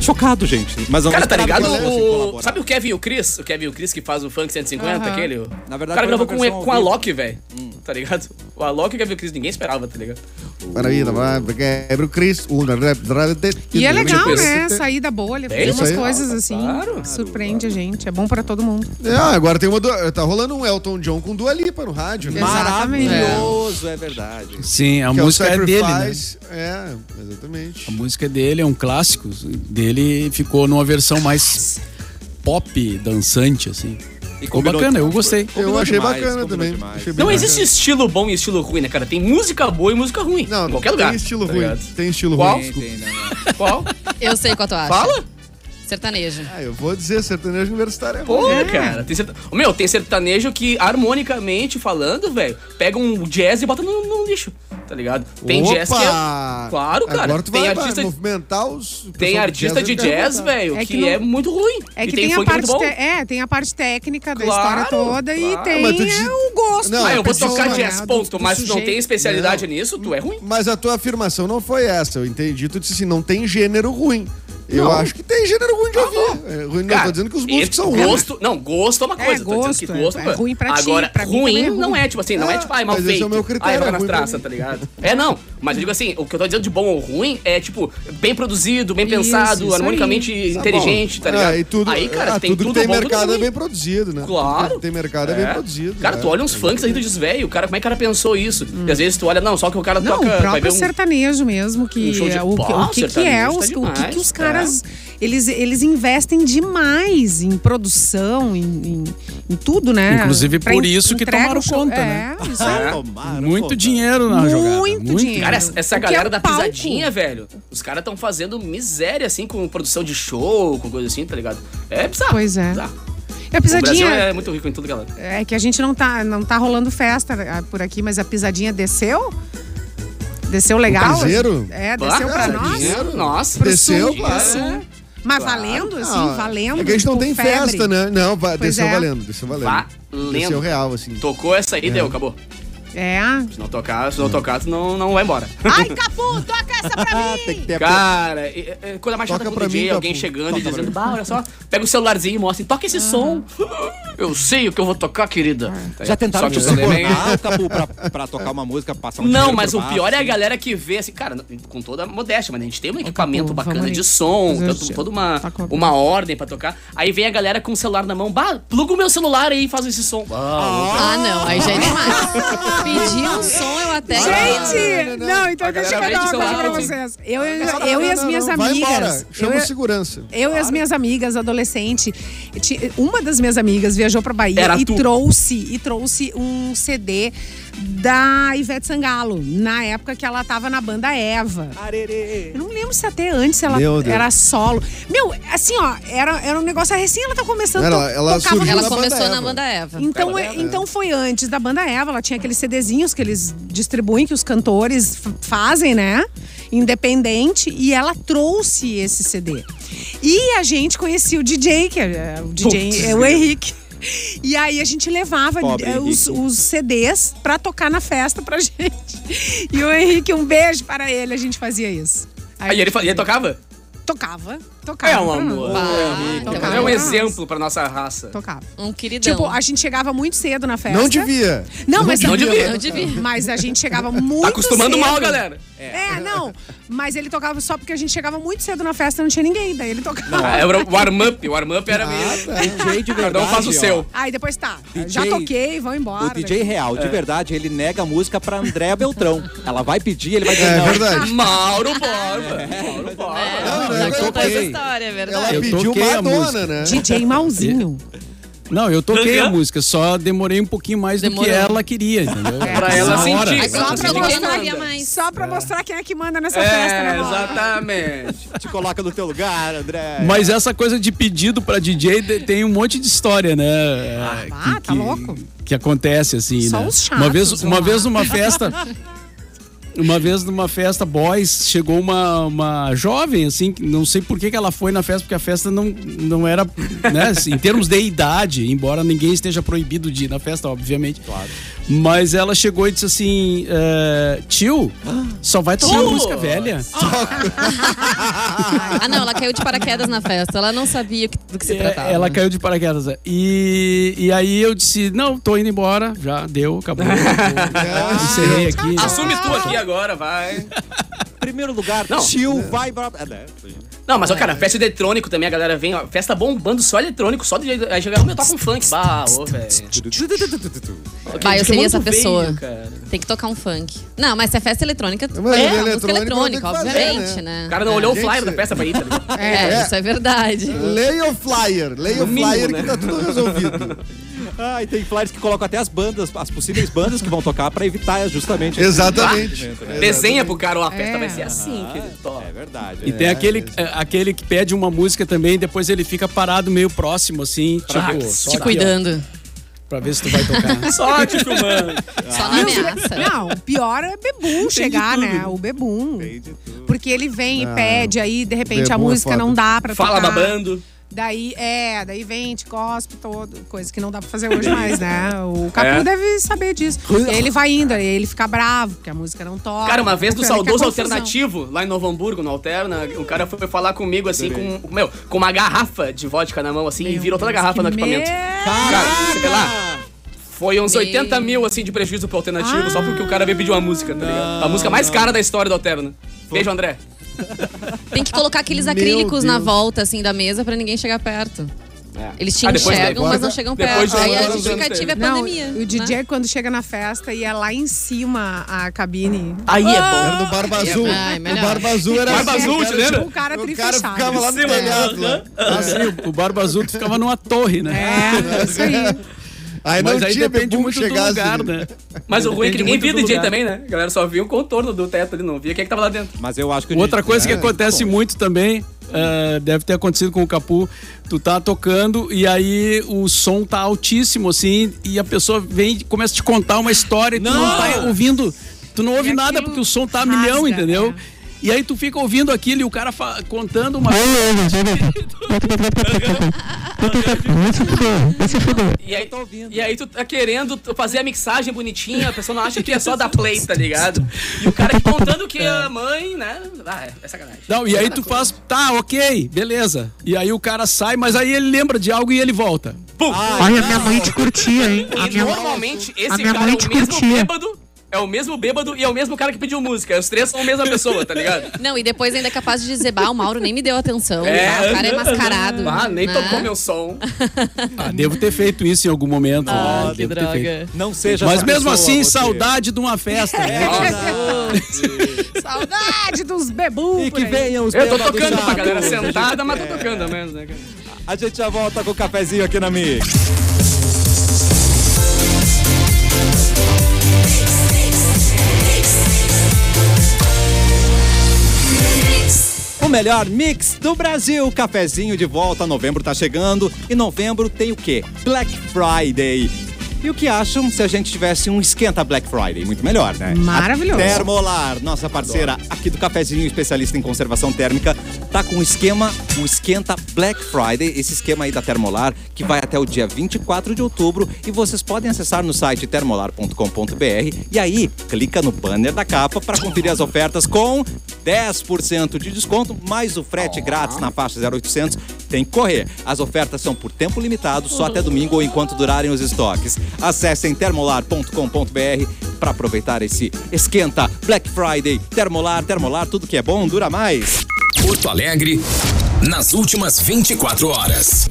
S1: Chocado, gente. Mas eu não
S3: Cara, tá
S1: esperava
S3: ligado?
S1: que eles fossem
S3: O...
S1: colaborar.
S3: Sabe o Kevin e o Chris? O Kevin e o Chris que faz o Funk 150, aquele?
S1: Na
S3: o
S1: verdade,
S3: cara
S1: foi uma
S3: gravou com,
S1: versão ao
S3: com a
S1: vivo.
S3: Loki, velho. Tá ligado? O Alok e o Kevin e o Chris, ninguém esperava, tá ligado?
S4: Maravilha, maravilha, quebra o Chris. um, dois, três, quatro, cinco,
S6: E é
S4: seis,
S6: legal,
S4: sete,
S6: né?
S4: oito.
S6: Sair da bolha,
S3: É
S6: fazer
S3: isso
S6: umas
S4: aí.
S6: coisas assim.
S3: Claro.
S6: Surpreende a gente. É bom pra todo mundo.
S4: É, agora tem uma. do- Tá rolando um Elton John com Dua Lipa no rádio, né?
S6: Exato. Exatamente.
S1: Maravilhoso, é verdade.
S5: Sim, a
S4: Que o
S5: música é dele, né?
S4: Sacrifice. É, exatamente.
S5: A música dele é um clássico. Dele ficou numa versão mais pop, dançante, assim.
S1: E
S5: Ficou
S1: combinou-
S5: bacana, eu gostei.
S1: Combinou
S4: eu achei
S1: demais,
S4: bacana
S1: combinou
S4: também.
S1: demais.
S4: Achei bem
S3: Não
S4: bacana.
S3: existe estilo bom e estilo ruim, né, cara? Tem música boa e música ruim.
S4: Não,
S3: em qualquer lugar.
S4: Tem estilo
S3: tá
S4: ruim.
S3: ligado?
S4: Tem estilo
S3: Qual?
S4: ruim.
S1: Tem,
S4: desculpa.
S1: tem, né?
S3: Qual?
S2: Eu sei qual tu acha.
S3: Fala?
S2: Sertanejo.
S4: Ah, eu vou dizer, sertanejo universitário é ruim.
S3: Pô, cara. Tem serta- Ô, Meu, tem sertanejo que, harmonicamente falando, velho, pega um jazz e bota no, no lixo, tá ligado? Tem jazz que é...
S4: Opa!
S3: Claro, cara.
S4: Agora tu
S3: tem
S4: vai
S3: artista,
S4: vai movimentar os.
S3: tem
S4: o pessoal do
S3: artista de
S4: eu quero
S3: jazz,
S4: movimentar.
S3: velho,
S6: É
S3: que,
S6: que não-
S3: é muito ruim.
S6: É
S3: E
S6: que tem, a
S3: funk muito
S6: parte
S3: bom.
S6: te- é, tem a parte técnica da
S3: Claro,
S6: história toda e
S3: claro.
S4: Mas
S6: tem
S4: tu diz-
S6: o gosto.
S4: Não, é
S6: da
S3: Ah, eu vou
S6: pessoa,
S3: tocar
S6: né,
S3: jazz,
S6: do-
S3: ponto.
S6: do
S3: Mas se não
S6: sujeito.
S3: tem especialidade nisso, tu é ruim.
S4: Mas a tua afirmação não foi essa, eu entendi. Tu disse assim, não tem gênero ruim. Eu acho que tem gênero ruim de ouvir. É, ruim, não,
S3: Cara,
S4: tô dizendo que os
S3: esse
S4: músicos são ruins.
S3: gosto, Não, gosto é uma coisa. tô dizendo que
S6: gosto, é.
S3: gosto,
S6: É ruim pra ti,
S3: Agora,
S6: pra mim
S3: ruim
S6: também é ruim.
S3: não é, tipo assim, não é,
S4: É,
S3: tipo, ai, mal
S4: mas esse
S3: feito.
S4: é o meu critério,
S3: ai, vai nas
S4: ruim pra
S3: traças,
S4: mim.
S3: tá ligado? É, não. Mas eu digo assim, o que eu tô dizendo de bom ou ruim é, tipo, bem produzido, bem
S6: Isso,
S3: pensado,
S6: isso
S3: harmonicamente inteligente, tá ligado?
S4: É, e tudo,
S3: aí, cara,
S4: ah,
S3: tem
S4: tudo
S3: tudo
S4: que tem
S3: bom,
S4: mercado
S3: tudo
S4: é
S3: ruim.
S4: bem produzido, né?
S3: Claro.
S4: Tudo que tem mercado é, Hum. bem produzido.
S3: Cara,
S4: né?
S3: tu olha uns funks aí, tu diz, velho, o cara, como é que o cara pensou isso? E às vezes tu olha, não, só que o cara
S6: Não,
S3: toca.
S6: o
S3: vai ver
S6: próprio
S3: um-
S6: sertanejo mesmo, que
S3: um show de
S6: é o, que-
S3: pau,
S6: o que, que é,
S3: sertanejo
S6: os,
S3: tá
S6: o que,
S3: demais, né?
S6: que os caras. Eles, eles investem demais em produção, em, em- em tudo, né?
S5: Inclusive,
S6: Pra
S5: por
S6: en-
S5: isso que
S6: entrega
S5: tomaram
S6: o show.
S5: conta,
S6: é,
S5: né?
S6: Isso aí.
S1: Ah, tomaram,
S5: Muito
S1: tomaram.
S5: dinheiro na
S6: Muito
S5: jogada.
S6: dinheiro.
S3: Cara, essa- essa
S6: O que é
S3: galera
S6: um
S3: da
S6: palco.
S3: pisadinha, velho. Os caras estão fazendo miséria, assim, com produção de show, com coisa assim, tá ligado? É bizarro.
S6: Pois é.
S3: bizarro.
S6: E a
S3: O Brasil
S6: pisadinha.
S3: é muito rico em tudo, galera.
S6: É que a gente não tá, não tá rolando festa ah, por aqui, mas a pisadinha desceu? Desceu legal?
S4: piseiro?
S6: É,
S3: Ah,
S6: desceu pra
S4: cara,
S6: nós. né?
S4: piseiro.
S3: Nossa.
S6: Pro
S4: Desceu,
S6: sul,
S4: claro.
S6: pro sul. Mas valendo, assim, valendo.
S4: É que a gente não
S6: tipo,
S4: tem
S6: febre.
S4: festa, né? Não, va-
S6: Pois
S4: desceu
S6: é.
S4: valendo, desceu valendo.
S3: Valendo.
S4: Desceu real, assim.
S3: Tocou essa aí, deu, acabou.
S6: É.
S3: Se não tocar,
S4: É.
S3: se não tocar, tu não, não vai embora.
S6: Ai, Capu, toca essa
S4: Ah,
S6: pra mim!
S1: Tem que ter a
S3: Cara, é, é coisa mais chata
S4: Toca
S3: com
S4: pra
S3: DJ,
S4: mim,
S3: alguém
S4: Capu.
S3: chegando
S4: Toca
S3: e
S4: pra
S3: dizendo,
S4: mim.
S3: bah, olha só, pega o celularzinho e mostra, assim,
S6: Ah.
S3: toca esse som. Eu sei o que eu vou tocar, querida. Tá
S1: Já tentaram
S3: Só que
S1: te
S3: o problema é-
S1: subornar, Capu, pra, pra tocar uma música, passar um
S3: Não,
S1: dinheiro
S3: mas
S1: por
S3: o
S1: baixo.
S3: pior é a galera que vê, assim, cara, com toda a modéstia, mas a gente tem um equipamento
S6: Capu,
S3: bacana
S6: vamos
S3: de
S6: aí.
S3: som,
S6: Fazer
S3: tanto-
S6: o-
S3: toda uma,
S6: tá com a-
S3: uma ordem pra tocar. Aí vem a galera com o celular na mão, bah, pluga o meu celular aí e faz esse som.
S2: Ah, não. Aí já é demais. Pedir um som, eu até...
S4: né,
S6: Gente! Não, então
S3: A
S6: deixa eu
S3: galera
S6: contar uma
S3: vem
S6: coisa
S3: de
S6: pra
S3: lá,
S6: vocês. Eu, eu e as
S4: Não, não,
S6: minhas
S4: não, vai
S6: amigas.
S4: embora,
S6: Eu,
S4: Chama o segurança.
S6: eu e as minhas amigas adolescente, ti- uma das minhas amigas viajou pra Bahia
S3: Era
S6: e
S3: tu.
S6: trouxe e trouxe um CD da Ivete Sangalo, na época que ela tava na banda Eva. Eu não lembro se até antes ela
S4: Meu Deus.
S6: era solo. Meu, assim, ó, era, era um negócio recém, ela tá começando.
S4: Ela-
S6: to-
S4: ela
S6: tocava
S4: surgiu
S2: Ela
S4: na
S2: começou
S4: banda
S2: na
S4: Eva.
S2: banda Eva.
S6: então,
S3: Ela
S6: é- então foi antes da banda Eva, ela tinha aqueles CDzinhos que eles distribuem, que os cantores f- fazem, né? Independente, e ela trouxe esse CD. E a gente conhecia o DJ, que é é, o DJ,
S3: Putz,
S6: é o Henrique. E aí a gente levava
S1: Pobre
S6: eh, os,
S1: Henrique.
S6: os CDs pra tocar na festa pra gente. E o Henrique, um beijo para ele, a gente fazia isso. Aí
S3: Aí ele, fa- ele tocava?
S6: tocava, tocava.
S3: É um
S6: pra nós.
S3: amor.
S2: então
S3: É um
S6: pra nós.
S3: exemplo pra nossa raça. Tá
S6: Tocava.
S2: Um queridão.
S6: Tipo, a gente chegava muito cedo na festa.
S4: Não devia.
S6: Não, mas
S3: Não devia.
S2: Não devia.
S6: Mas a gente chegava muito
S3: Tá acostumando
S6: cedo.
S3: mal, galera.
S6: É, não. Mas ele tocava só porque a gente chegava muito cedo na festa e não tinha ninguém. Daí ele tocava.
S1: É.
S3: Ah, Era o warm-up. O warm-up era meio.
S1: DJ de
S3: Cada um faz o
S1: ó.
S3: seu.
S6: Aí depois tá.
S1: DJ
S6: já toquei, vão embora.
S1: O DJ real, de verdade, ele nega a música pra Andréa Beltrão. Ela vai pedir, ele vai dizer
S4: É
S1: não.
S4: verdade.
S3: Mauro Borba.
S6: É.
S3: Mauro Borba.
S6: tá
S4: Não, não,
S2: já
S4: eu
S2: conta essa
S4: toquei.
S2: história, é verdade.
S4: Ela
S5: Eu
S4: pediu
S5: toquei a
S4: Madonna,
S5: música.
S4: né?
S6: DJ malzinho.
S5: Não, eu toquei
S3: Aham.
S5: a música, só demorei um pouquinho mais do
S2: Demorou.
S5: que ela queria, entendeu?
S3: Pra ela
S5: Na hora.
S3: sentir.
S2: Aí
S6: Só
S2: pronto,
S6: pra
S2: ninguém
S6: mostrar.
S2: faria mais.
S6: Só pra mostrar quem é que manda nessa festa, né,
S3: É,
S6: Mauro?
S3: exatamente.
S1: Te coloca no teu lugar, André.
S6: É.
S5: Mas essa coisa de pedido pra DJ de- tem um monte de história, né?
S6: ah, tá louco.
S5: Que acontece assim,
S6: Só
S5: né?
S6: os chatos,
S5: uma vez,
S6: vamos
S5: uma
S6: lá.
S5: vez numa festa, uma vez numa festa boys, chegou uma, uma jovem assim, que não sei por que, que ela foi na festa, porque a festa não, não era, né, assim, em termos de idade, embora ninguém esteja proibido de ir na festa, obviamente. Claro. Mas ela chegou e disse assim, eh, tio,
S6: Ah.
S5: só vai tocar
S3: Tio!
S5: música velha.
S6: é
S2: Ah, não, ela caiu de paraquedas na festa. Ela não sabia o que- do que se
S5: É,
S2: tratava. né?
S5: Ela caiu de paraquedas. é. E, e aí eu disse, não, tô indo embora, já deu, acabou.
S4: É.
S5: Eu Encerrei aqui.
S3: Assume tu aqui agora, vai.
S1: primeiro lugar,
S3: Não.
S1: tio vai pra... É, né?
S3: Não,
S6: É.
S3: mas, ó, cara, festa de eletrônico também, a galera vem, ó, festa bombando só eletrônico, só de. Aí chega, "Ô, meu, toca um funk. Bah, ô, velho.
S2: Bah, eu
S3: Que
S2: seria essa
S3: mundo veio,
S2: pessoa.
S3: cara?
S2: Tem que tocar um funk. Não, mas se é festa eletrônica,
S4: Mas
S2: é,
S4: é
S2: a música
S4: eletrônica,
S2: eletrônica,
S4: tem que fazer,
S2: obviamente,
S4: né?
S2: né?
S3: O cara não
S6: É.
S3: olhou o flyer
S4: gente.
S3: da festa pra ir, tá ligado?
S2: É, isso é verdade.
S4: Leia o flyer. Leia o
S3: No mínimo,
S4: flyer
S3: né?
S4: que tá tudo resolvido.
S1: Ah, e tem flyers que colocam até as bandas, as possíveis bandas que vão tocar pra evitar justamente...
S4: Exatamente.
S3: Desenha pro cara, ó, a festa
S6: É.
S3: vai ser assim, que ele toca.
S1: É verdade.
S5: E tem aquele, é, aquele que pede uma música também, depois ele fica parado meio próximo, assim, tipo, só
S2: Te
S5: aqui, ó,
S2: cuidando.
S5: pra ver se tu vai tocar.
S3: Só te filmando.
S2: Só na ameaça.
S6: Não, o pior é Bebum chegar, né? O Bebum. Porque ele vem
S3: Ah.
S6: e pede, aí de repente a
S4: Bebum é
S6: música
S4: foda.
S6: não dá pra
S3: Fala
S6: tocar.
S3: babando.
S6: Daí, é, daí vem, te cospe todo, coisa que não dá pra fazer hoje mais, né? O Capu
S3: É.
S6: deve saber disso. E aí ele vai indo, aí ele fica bravo, porque a música não toca.
S3: Cara, uma vez do
S6: Fica
S3: saudoso
S6: confusão.
S3: alternativo, lá em Novo Hamburgo, no Alterna, o cara foi falar comigo assim, com, meu, com uma garrafa de vodka na mão, assim, e virou toda a garrafa no
S6: Meu
S3: equipamento. Cara, sei lá. Foi uns 80 mil, assim, de prejuízo pro alternativo, só porque o cara veio pedir uma música, tá ligado? A música mais cara da história do Alterna. Beijo, André.
S2: Tem que colocar aqueles
S4: Meu
S2: acrílicos na
S4: Deus.
S2: volta, assim, da mesa pra ninguém chegar perto.
S7: É.
S2: Eles te
S3: Ah, depois
S2: enxergam,
S3: da-
S2: mas não chegam
S3: depois um
S2: perto.
S3: da-
S2: Aí a
S3: depois da-
S2: justificativa é
S6: Não,
S2: pandemia.
S6: o DJ quando chega na festa e é lá em cima a cabine.
S3: Aí é
S4: Era
S3: bom.
S4: do Barba Azul.
S2: Ah, é melhor.
S4: o Barba Azul era
S3: Barba
S4: assim,
S3: Azul,
S4: cara,
S3: te lembra?
S6: é O cara
S4: O cara
S6: trifechado.
S4: ficava lá no telhado. lá.
S5: Assim, o Barba Azul tu ficava numa torre, né?
S6: É, isso aí.
S4: Aí É, não
S5: Mas aí
S4: tinha
S5: depende
S4: bebum
S5: muito do
S4: chegasse.
S5: lugar, né?
S3: Mas o ruim é que ninguém
S5: Depende muito
S3: via
S5: do
S3: DJ
S5: lugar.
S3: também, né? A galera só via o contorno do teto ali, não via quem é que tava lá dentro.
S1: Mas eu acho que... o
S5: Outra
S1: DJ
S5: coisa que
S4: É,
S5: acontece muito também, eh, deve ter acontecido com o Capu, tu tá tocando e aí o som tá altíssimo, assim, e a pessoa vem e começa a te contar uma história e tu não tá ouvindo, tu não ouve
S6: E
S5: nada
S6: aquilo
S5: porque o som tá a
S6: rasga,
S5: milhão, entendeu?
S6: né?
S5: E aí tu fica ouvindo aquilo e o cara fa- contando uma...
S3: E aí, e aí tu tá querendo t- fazer a mixagem bonitinha, a pessoa não acha que é só dar play, tá ligado? E o cara te contando que
S7: É.
S3: a mãe, né? Ah, é sacanagem.
S5: Não, e aí tu faz, tá, ok, beleza. E aí o cara sai, mas aí ele lembra de algo e ele volta.
S3: Pum!
S7: Olha, minha mãe te curtia, hein? A
S3: e
S7: minha mãe-
S3: normalmente
S7: a
S3: esse
S7: minha
S3: cara
S7: mãe
S3: é
S7: te
S3: o mesmo
S7: curtia.
S3: bêbado, é o mesmo bêbado e é o mesmo cara que pediu música. Os três são a mesma pessoa, tá ligado?
S2: Não, e depois ainda é capaz de dizer, bah, o Mauro nem me deu atenção.
S3: É.
S2: tá? O cara é mascarado.
S3: Ah, nem
S2: né?
S3: tocou meu som.
S5: Ah, devo ter feito isso em algum momento. né?
S2: Ah, que
S5: Devo ter feito.
S2: droga.
S1: Não seja
S5: Mas
S1: essa
S5: mesmo
S1: pessoa,
S5: assim,
S1: você.
S5: saudade de uma festa. né?
S6: Saudade dos bebum.
S1: E
S6: por
S1: que
S6: aí.
S1: venham os
S3: Eu tô
S1: bêbados
S3: tocando pra
S1: chatos.
S3: galera sentada, mas tô tocando mesmo, né, cara?
S1: A gente já volta com o cafezinho aqui na Mix. O melhor mix do Brasil. Cafezinho de volta. Novembro tá chegando. E novembro tem o quê? Black Friday. E o que acham se a gente tivesse um esquenta Black Friday? Muito melhor, né?
S6: Maravilhoso.
S1: A Termolar, nossa parceira aqui do Cafezinho, especialista em conservação térmica, tá com o esquema, o esquenta Black Friday, esse esquema aí da Termolar, que vai até o dia 24 de outubro e vocês podem acessar no site termolar.com.br e aí clica no banner da capa para conferir as ofertas com 10% de desconto, mais o frete grátis na faixa 0800. Tem que correr. As ofertas são por tempo limitado, só até domingo ou enquanto durarem os estoques. Acessem termolar.com.br para aproveitar esse esquenta Black Friday. Termolar, termolar, tudo que é bom dura mais.
S8: Porto Alegre, nas últimas 24 horas.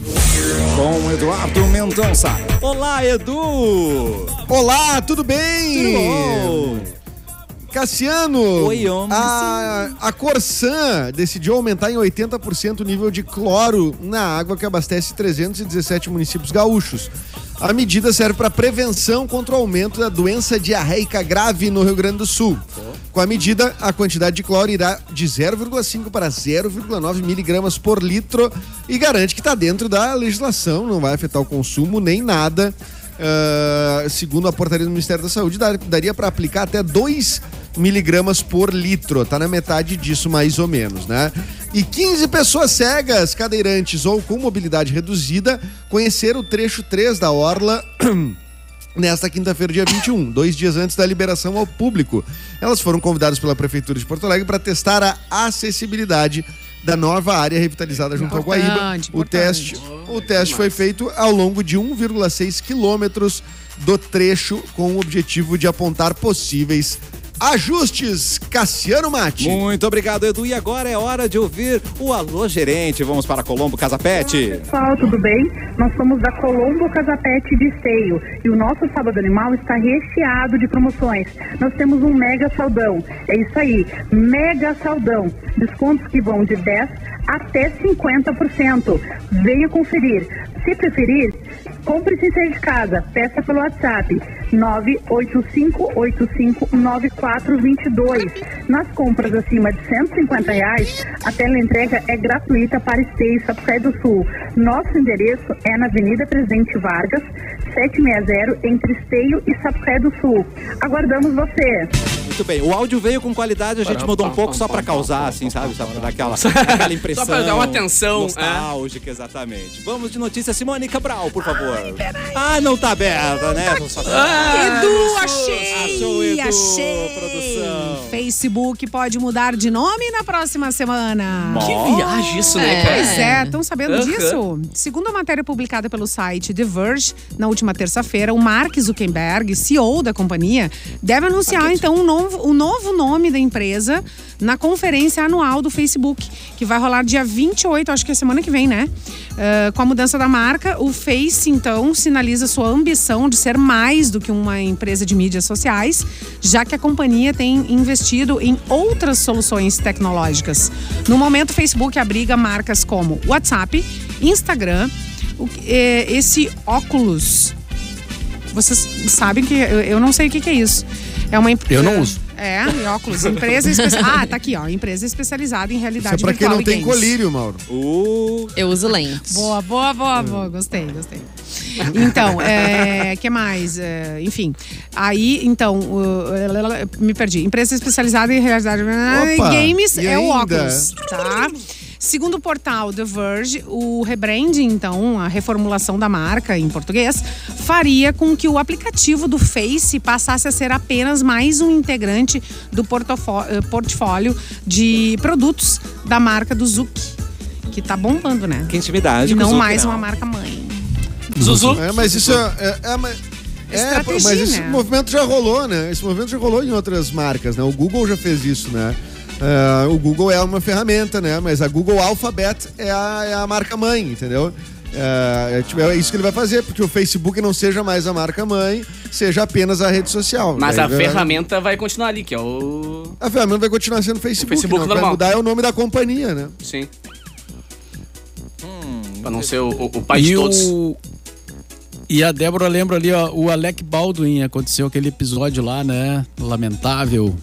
S1: Com Eduardo Mendonça. Olá, Edu!
S4: Olá, tudo bem?
S1: Tudo bom?
S4: Cassiano,
S1: Oi, homem.
S4: a, a Corsan decidiu aumentar em 80% o nível de cloro na água que abastece 317 municípios gaúchos. A medida serve para prevenção contra o aumento da doença diarreica grave no Rio Grande do Sul. Com a medida, a quantidade de cloro irá de 0,5 para 0,9 miligramas por litro e garante que está dentro da legislação, não vai afetar o consumo nem nada. Ah, segundo a portaria do Ministério da Saúde, dar- daria para aplicar até 2 miligramas por litro. Tá na metade disso, mais ou menos, né? E 15 pessoas cegas, cadeirantes ou com mobilidade reduzida conheceram o trecho 3 da Orla nesta quinta-feira, dia 21, dois dias antes da liberação ao público. Elas foram convidadas pela Prefeitura de Porto Alegre para testar a acessibilidade da nova área revitalizada junto ao Guaíba.
S6: Importante,
S4: O teste, o teste foi feito ao longo de 1,6 quilômetros do trecho com o objetivo de apontar possíveis ajustes. Cassiano Mate.
S1: Muito obrigado, Edu. E agora é hora de ouvir o Alô Gerente. Vamos para Colombo Casapete.
S9: Pessoal, tudo bem? Nós somos da Colombo Casapete de Esteio e o nosso Sábado Animal está recheado de promoções. Nós temos um mega saldão, é isso aí, mega saldão. Descontos que vão de 10 até 50%. Venha conferir. Se preferir, compre sem sair de casa. Peça pelo WhatsApp 985859422. Nas compras acima de 150 reais, a tela entrega é gratuita para Esteio e Sapucaí do Sul. Nosso endereço é na Avenida Presidente Vargas, 760, entre Esteio e Sapucaí do Sul. Aguardamos você!
S1: Muito bem. O áudio veio com qualidade, a gente mudou um pouco só para causar, assim, sabe? Só para dar aquela, aquela impressão.
S3: Só pra dar uma atenção, né?
S1: Nostálgica, exatamente. Vamos de notícia. Simone Cabral, por favor. Ah, não tá aberta, né?
S6: Ah, Edu,
S1: Achou o
S6: achei!
S1: Edu,
S6: achei!
S1: produção.
S6: Facebook pode mudar de nome na próxima semana.
S3: Que viagem isso, né,
S2: É.
S3: cara?
S6: Pois é, estão sabendo
S3: Aham.
S6: disso? Segundo a matéria publicada pelo site The Verge, na última terça-feira, o Mark Zuckerberg, CEO da companhia, deve anunciar então um novo, um novo nome da empresa na conferência anual do Facebook, que vai rolar dia 28, acho que é semana que vem, né? Ah, com a mudança da marca, o Face, então, sinaliza sua ambição de ser mais do que uma empresa de mídias sociais, já que a companhia tem investido em outras soluções tecnológicas. No momento, o Facebook abriga marcas como WhatsApp, Instagram, o que- eh, esse óculos. Vocês sabem que eu eu não sei o que, que é isso. É uma empresa.
S5: Eu não uso.
S6: É, e óculos. Empresa especializada. Ah, tá aqui, ó. Empresa especializada em
S4: Isso é
S6: realidade
S4: pra quem
S6: virtual.
S4: não
S6: e
S4: tem
S6: games.
S4: colírio, Mauro.
S1: O...
S2: Eu uso lentes.
S6: Boa, boa,
S4: É.
S6: boa, boa. Gostei, gostei. Então, é, que mais? É, enfim, aí, então, o- me perdi. Empresa especializada em realidade em
S4: Opa,
S6: games
S4: e
S6: é o
S4: ainda?
S6: óculos, tá? Segundo o portal The Verge, o rebranding, então, a reformulação da marca em português, faria com que o aplicativo do Face passasse a ser apenas mais um integrante do portofó- eh, portfólio de produtos da marca do Zuc, que tá bombando, né?
S1: Que intimidade.
S6: E
S1: com o
S6: não
S1: Zuc,
S6: mais
S1: não.
S6: uma marca mãe.
S3: Zuzu.
S4: É, mas isso é. é, é, mas- é,
S6: Estratégia,
S4: mas esse
S6: né?
S4: movimento já rolou, né? Esse movimento já rolou em outras marcas, né? O Google já fez isso, né? Ah, o Google é uma ferramenta, né? Mas a Google Alphabet é a, é a marca mãe, entendeu? Ah, é, tipo, é isso que ele vai fazer, porque o Facebook não seja mais a marca mãe, seja apenas a rede social.
S3: Mas
S4: Daí
S3: a
S4: vai-
S3: ferramenta vai continuar ali, que é o.
S4: A ferramenta vai continuar sendo Facebook.
S3: O Facebook
S4: não, o que vai
S3: normal.
S4: mudar é o nome da companhia, né?
S3: Sim. pra não ser o, o, o pai de
S5: E,
S3: todos.
S5: o... e a Débora lembra ali, ó, o Alec Baldwin, aconteceu aquele episódio lá, né? Lamentável.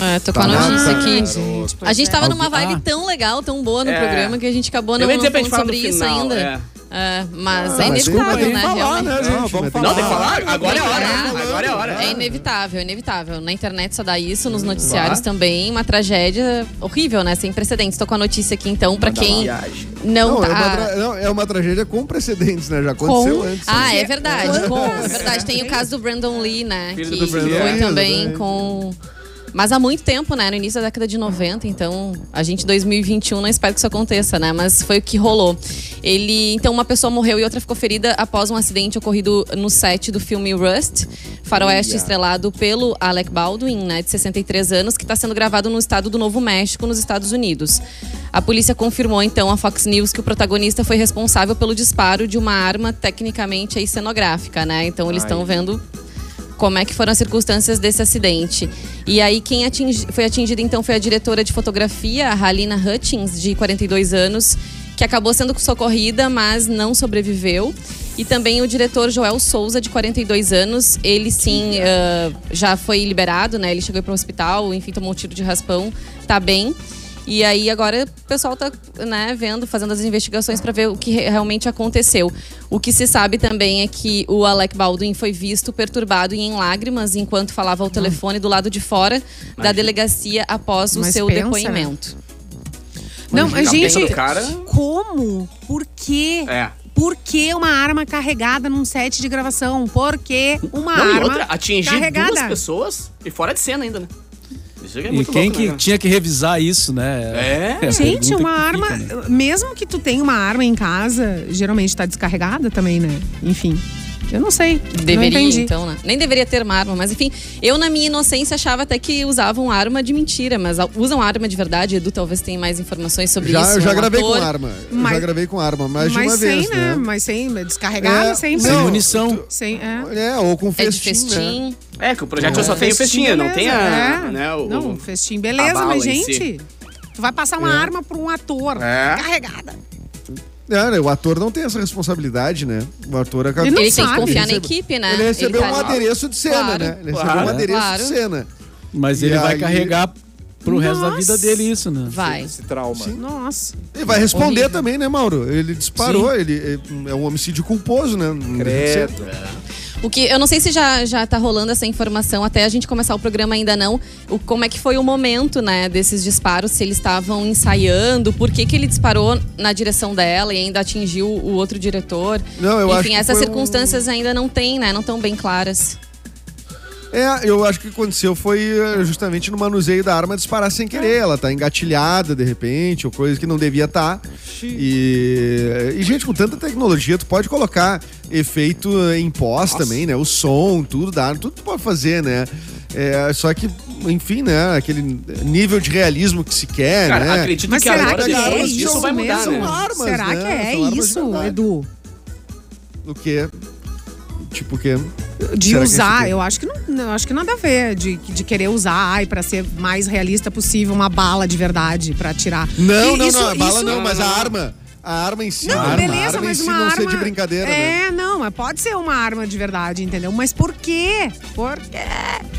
S2: É, tô com a
S4: Tá nada,
S2: notícia aqui.
S4: garoto.
S2: A gente tava numa
S5: Alguém-
S2: vibe
S5: Ah.
S2: tão legal, tão boa no
S3: É.
S2: programa que a gente acabou
S3: Eu
S2: não
S3: ia dizer pra
S2: falando
S3: gente falar
S2: sobre
S3: no
S2: isso
S3: final,
S2: ainda.
S3: é.
S2: É, mas
S4: Ah,
S2: é
S4: mas tem
S5: Desculpa
S2: inevitável,
S5: aí
S2: né?
S5: falar,
S2: Realmente.
S5: né, gente?
S1: Não, vamos
S4: mas
S1: falar.
S3: Não, tem que falar? Agora é a hora.
S2: É.
S3: Agora é a hora.
S2: É
S3: É.
S2: inevitável, é inevitável. Na internet só dá isso, nos noticiários também. Uma tragédia horrível, né? Sem precedentes. Tô com a notícia aqui, então, pra quem
S3: Viagem.
S6: Então
S2: não,
S4: Não, é uma
S2: tá...
S4: tra- não, é uma tragédia com precedentes, né? Já aconteceu antes.
S2: Ah,
S4: né?
S2: é verdade.
S4: Quantas?
S2: Com, é verdade. Tem o caso do Brandon Lee, né?
S3: Filho
S2: que
S3: do Brandon
S2: foi
S4: Lee.
S2: também
S4: Exatamente.
S2: com. Mas há muito tempo, né? No início da década de 90, então a gente em 2021 não espero que isso aconteça, né? Mas foi o que rolou. Ele, então uma pessoa morreu e outra ficou ferida após um acidente ocorrido no set do filme Rust, Faroeste estrelado pelo Alec Baldwin, né, de 63 anos, que está sendo gravado no estado do Novo México, nos Estados Unidos. A polícia confirmou então à Fox News que o protagonista foi responsável pelo disparo de uma arma tecnicamente aí cenográfica, né? Então eles estão vendo como é que foram as circunstâncias desse acidente. E aí quem atingi- foi atingida então foi a diretora de fotografia, a Halina Hutchins, de 42 anos, que acabou sendo socorrida, mas não sobreviveu. E também o diretor Joel Souza, de 42 anos, ele sim ah, já foi liberado, né? Ele chegou para o hospital, enfim, tomou um tiro de raspão, tá bem. E aí agora o pessoal tá, né, vendo, fazendo as investigações para ver o que re- realmente aconteceu. O que se sabe também é que o Alec Baldwin foi visto perturbado e em lágrimas enquanto falava ao telefone do lado de fora da delegacia após o
S6: Mas
S2: seu
S6: pensa, né?
S2: depoimento.
S6: Não, a
S3: Tá
S6: gente.
S3: pensando, cara.
S6: Como? Por quê?
S2: Ah,
S3: É.
S6: Por que uma arma carregada num set de gravação? Por que uma
S3: Não, e
S6: arma
S3: outra, atingir
S6: carregada?
S3: duas pessoas e fora de cena ainda, né? Isso é
S5: E
S3: muito
S5: quem
S3: louco, né,
S5: que
S3: cara?
S5: tinha que revisar isso, né?
S3: É.
S5: a
S6: Gente,
S5: pergunta
S6: uma
S5: que
S6: arma.
S5: fica, né?
S6: Mesmo que tu tenha uma arma em casa, geralmente tá descarregada também, né? Enfim. Eu não sei.
S2: Deveria,
S6: não entendi.
S2: então, né? Nem deveria ter uma arma, mas enfim. Eu, na minha inocência, achava até que usavam arma de mentira, mas a- usam arma de verdade. Edu talvez tenha mais informações sobre
S4: Já,
S2: isso.
S4: eu já
S2: é um
S4: gravei
S2: ator.
S4: com arma. Eu já
S6: Mas-
S4: gravei com arma, mas, de
S6: Mas
S4: uma
S6: sem,
S4: vez,
S6: né?
S4: né?
S6: Mas sem. Descarregada,
S4: É,
S6: sem.
S5: Sem
S4: Não,
S5: munição.
S6: Sem, é.
S4: É, ou com
S2: É de
S4: festim, né?
S2: festim.
S3: É, que o projeto só tem o festinha, não tem a.
S6: beleza, é.
S3: Né, o,
S6: não, festim, beleza,
S3: bala
S6: mas,
S3: em
S6: gente,
S3: si.
S6: tu vai passar uma arma pra um ator
S3: É.
S6: carregada.
S4: É, né, o ator não tem essa responsabilidade, né? O ator acaba...
S6: Ele não
S2: Ele tem que
S6: sabe.
S2: confiar na
S4: recebe-
S2: equipe, né?
S4: Ele recebeu
S2: tá
S4: um
S2: ali.
S4: adereço de cena,
S2: Claro.
S4: né? Ele
S3: Claro.
S4: recebeu um adereço
S2: Claro.
S4: de cena.
S5: Mas
S4: E
S5: ele vai
S4: aí-
S5: carregar pro resto da vida
S6: Nossa.
S5: dele isso, né?
S2: Vai.
S1: Esse trauma.
S6: Nossa.
S4: Ele vai responder
S2: Horrível.
S4: também, né, Mauro? Ele disparou, ele é um homicídio culposo, né? Não deixa de ser.
S1: Credo.
S2: O que eu não sei se já já tá rolando essa informação até a gente começar o programa ainda não. O como é que foi o momento, né, desses disparos? Se eles estavam ensaiando? Por que que ele disparou na direção dela e ainda atingiu o outro diretor?
S4: Não, eu acho
S2: Enfim,
S4: que
S2: essas
S4: foi um-
S2: circunstâncias ainda não tem, né? Não tão bem claras.
S4: É, eu acho que o que aconteceu foi eh, justamente no manuseio da arma disparar sem querer. Ela tá engatilhada, de repente, ou coisa que não devia estar. E, e, gente, com tanta tecnologia, tu pode colocar efeito em pós também, né? O som, tudo da arma, tudo tu pode fazer, né? É, só que, enfim, né? Aquele nível de realismo que se quer,
S3: Cara,
S4: né?
S3: acredito
S6: Mas
S3: que
S6: será
S3: agora
S6: que
S4: as
S6: é
S3: depois
S4: armas
S3: disso
S6: isso
S3: vai mudar,
S6: mesmo?
S3: né?
S4: Armas,
S6: será
S4: né?
S6: que é
S4: São armas de
S6: isso,
S4: verdade.
S6: Edu?
S4: O quê? Tipo o quê?
S6: De
S4: Será que é isso
S6: usar,
S4: aqui?
S6: eu acho que não, não, acho que nada a ver. De, de querer usar, ai, pra ser mais realista possível, uma bala de verdade pra tirar.
S4: Não,
S6: E
S4: não,
S6: isso-
S4: não, a bala
S6: isso-
S4: não, mas a arma. A arma em si.
S6: Não,
S4: a arma,
S6: beleza,
S4: a arma
S6: mas
S4: em si
S6: uma
S4: não
S6: arma.
S4: ser de brincadeira, né?
S6: é, não, mas pode ser uma arma de verdade, entendeu? Mas por quê? Por quê?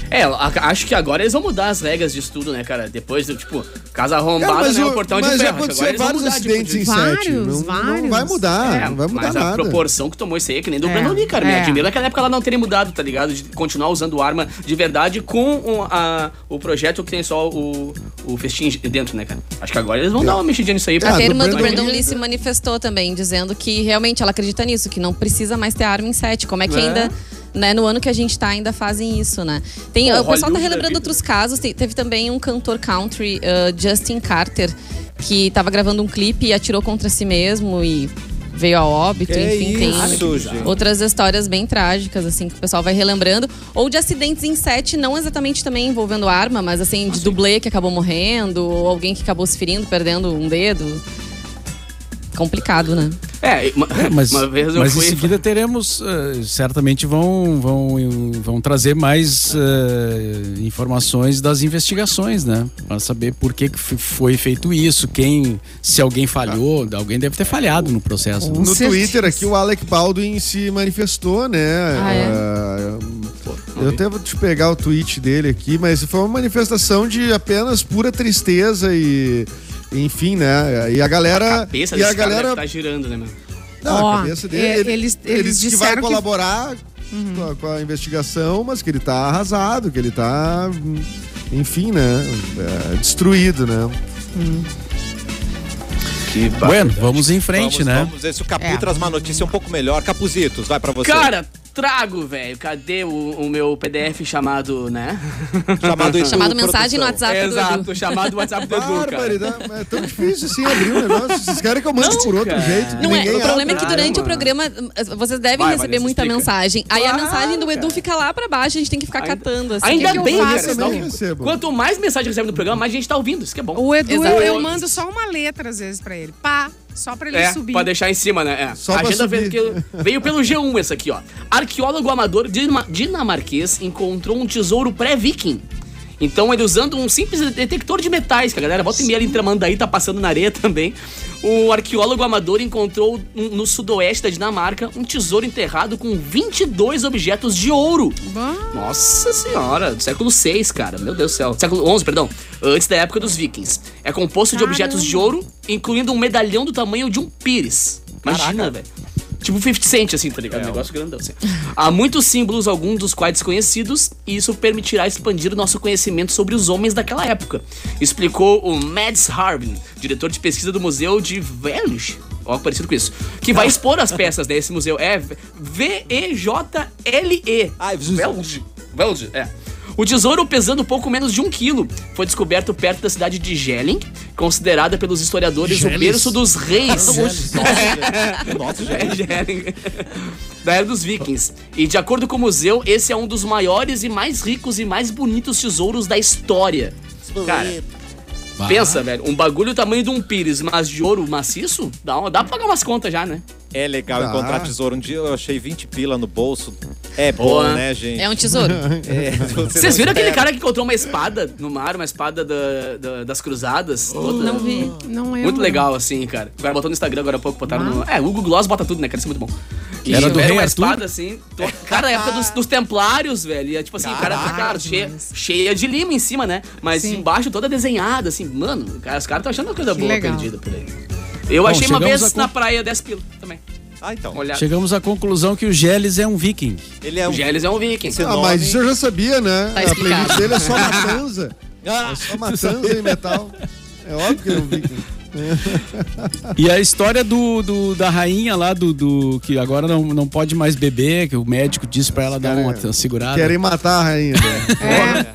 S3: É, a- acho que agora eles vão mudar as regras disso tudo, né, cara? Depois do tipo, casa arrombada,
S4: Cara,
S3: né?
S4: o-
S3: O portão de
S4: É, mas já
S3: ferro. Acho que Agora
S4: aconteceu
S3: eles vão
S4: vários
S3: mudar tipo,
S4: acidentes
S3: de-
S4: em
S6: Vários,
S4: sete. Não, não
S6: vários.
S4: vai mudar,
S3: É,
S4: não vai mudar
S3: mas a
S4: nada.
S3: proporção que tomou isso aí é que nem do
S6: É,
S3: Brandon Lee, cara. Me
S6: é.
S3: admira que na época ela não teria mudado, tá ligado? De continuar usando arma de verdade com o, a- o projeto que tem só o, o festim dentro, né, cara? Acho que agora eles vão dar uma mexidinha nisso aí. pra-
S2: Até a
S4: É, do
S2: irmã do
S4: Brandon
S2: Brandon
S4: Lee.
S2: Lee se manifestou também, dizendo que realmente ela acredita nisso, que não precisa mais ter arma em set. Como é que
S3: É.
S2: ainda. Né, no ano que a gente tá, ainda fazem isso, né? Tem,
S3: Pô,
S2: o pessoal tá
S3: Hollywood da
S2: relembrando
S3: vida.
S2: outros casos. Te- teve também um cantor country, uh, Justin Carter, que tava gravando um clipe e atirou contra si mesmo e veio a óbito.
S1: Que
S2: enfim, tem
S1: isso, gente.
S2: outras histórias bem trágicas, assim, que o pessoal vai relembrando. Ou de acidentes em set, não exatamente também envolvendo arma, mas assim, de dublê que acabou morrendo, ou alguém que acabou se ferindo, perdendo um dedo. Complicado, né?
S3: É, uma,
S5: É, mas,
S3: uma vez eu
S5: mas
S3: fui.
S5: em seguida teremos, eh, certamente vão, vão, vão trazer mais eh, informações das investigações, né? Para saber por que, que f- foi feito isso, quem, se alguém falhou, alguém deve ter falhado no processo. né?
S4: No Twitter aqui, o Alec Baldwin se manifestou, né?
S2: Ah, é?
S4: Ah, eu até vou te pegar o tweet dele aqui, mas foi uma manifestação de apenas pura tristeza e. Enfim, né? E a galera.
S3: Cabeça
S4: e a
S3: desse cara deve
S4: galera
S3: tá girando, né, mano?
S4: Não,
S6: Ó,
S4: a cabeça dele.
S6: é,
S4: ele,
S6: eles-
S4: ele
S6: eles
S4: disse que vai
S6: disseram que-
S4: colaborar com, a, com a investigação, mas que ele tá arrasado, que ele tá. hum, Enfim, né? é, destruído, né?
S3: Que
S5: Bueno, vamos em frente,
S1: vamos,
S5: né?
S1: Vamos ver se o Capu
S6: É.
S1: traz uma notícia um pouco melhor. Capuzitos, vai pra você.
S3: Cara, trago, velho. Cadê o, o meu PDF chamado, né?
S1: chamado, Edu,
S2: Chamado mensagem no
S1: produção.
S2: WhatsApp do Edu.
S3: Exato, chamado WhatsApp do Edu, cara.
S4: Barbaridade, é tão difícil assim abrir o negócio. Vocês querem que eu mande
S3: Não,
S4: por outro
S3: cara.
S4: jeito?
S2: Não é, o
S4: Ninguém
S2: problema é
S4: abre.
S2: que durante o programa eh, vocês devem
S3: Vai,
S2: receber
S3: Vanessa,
S2: muita
S3: explica.
S2: mensagem. Aí a
S3: Claro,
S2: mensagem do Edu
S3: cara.
S2: fica lá pra baixo, a gente tem que ficar
S3: Ainda-
S2: catando. Assim.
S3: Ainda
S6: Tá que eu
S3: bem,
S6: faço? né?
S3: cara. senão-
S4: Eu recebo.
S3: Quanto mais mensagem recebe no programa, mais gente tá ouvindo. Isso que é bom.
S6: O Edu, eu,
S2: Exato.
S6: eu mando só uma letra às vezes pra ele. Pá, só pra ele
S3: É,
S6: subir.
S3: pra deixar em cima, né? É.
S4: Só
S3: a
S4: pra
S3: agenda
S4: subir.
S3: Veio, que- veio pelo G1 essa aqui, ó. Arqueólogo amador dinama- dinamarquês encontrou um tesouro pré-viking. Então ele usando um simples detector de metais, que a galera volta e meia ali em Tramandaí, tá passando na areia também. O arqueólogo amador encontrou um- no sudoeste da Dinamarca um tesouro enterrado com 22 objetos de ouro.
S6: Bah,
S3: Nossa senhora, do século VI, cara. Meu Deus do céu. Século XI, perdão. Antes da época dos vikings. É composto de objetos de ouro, incluindo um medalhão do tamanho de um pires. Imagina, velho. Tipo 50 cent, assim, tá ligado? Um negócio grandão, assim. Há muitos símbolos, alguns dos quais desconhecidos, e isso permitirá expandir o nosso conhecimento sobre os homens daquela época. Explicou o Mads Harbin, diretor de pesquisa do Museu de Velhos. Ó, parecido com isso. Que vai expor as peças desse museu. É V-E-J-L-E.
S1: Ah, é Velge.
S3: Velge. Velge, é. O tesouro, pesando pouco menos de um quilo, foi descoberto perto da cidade de Gelling, considerada pelos historiadores o berço dos reis.
S1: Nossa, gente.
S3: É, Gelling. Da era dos vikings. E de acordo com o museu, esse é um dos maiores e mais ricos e mais bonitos tesouros da história. Cara, pensa, velho, um bagulho do tamanho de um pires, mas de ouro maciço, dá, um, dá pra pagar umas contas já, né?
S1: É legal
S4: Tá.
S1: encontrar tesouro. Um dia eu achei 20 pila no bolso. É bom,
S3: Boa.
S1: né, gente?
S2: É um tesouro.
S1: É, você
S3: Vocês
S1: não
S3: viram aquele
S1: espera.
S3: cara que encontrou uma espada no mar, uma espada da- da- das cruzadas? Toda-
S2: Não vi.
S6: não é.
S3: Muito
S6: um-
S3: legal, assim, cara. O cara botou no Instagram agora há pouco, botaram no. É, o Google Gloss bota tudo, né, cara? Isso é muito bom. E
S5: Era do
S3: era
S5: rei
S3: uma
S5: Arthur? É.
S3: espada, assim. to- Cara, da época dos, dos templários, velho. E é tipo assim, o cara tá, cara, cheia, cheia de lima em cima, né? Mas embaixo toda desenhada, assim. Mano, cara, os caras estão achando uma coisa
S6: Que
S3: boa
S6: legal.
S3: perdida por aí. Eu
S5: Bom,
S3: achei uma
S5: chegamos
S3: vez
S5: a
S3: na
S5: con-
S3: praia 10 pila também.
S1: Ah, então.
S3: Olhar.
S5: Chegamos à conclusão que o Geles é um viking.
S1: Ele é
S3: O
S1: um...
S3: Gélis é um viking.
S1: Esse
S4: Ah,
S1: nome-
S4: mas isso eu já sabia, né?
S2: Tá
S4: a playlist
S2: explicado.
S4: dele é só matanza.
S1: Ah,
S4: É só matanza e metal. É óbvio que eu vi.
S5: E a história do, do- da rainha lá, do, do- que agora não, não pode mais beber, que o médico disse pra ela dar uma,
S4: cara
S5: segurada.
S4: Querem matar a rainha, né?
S6: É,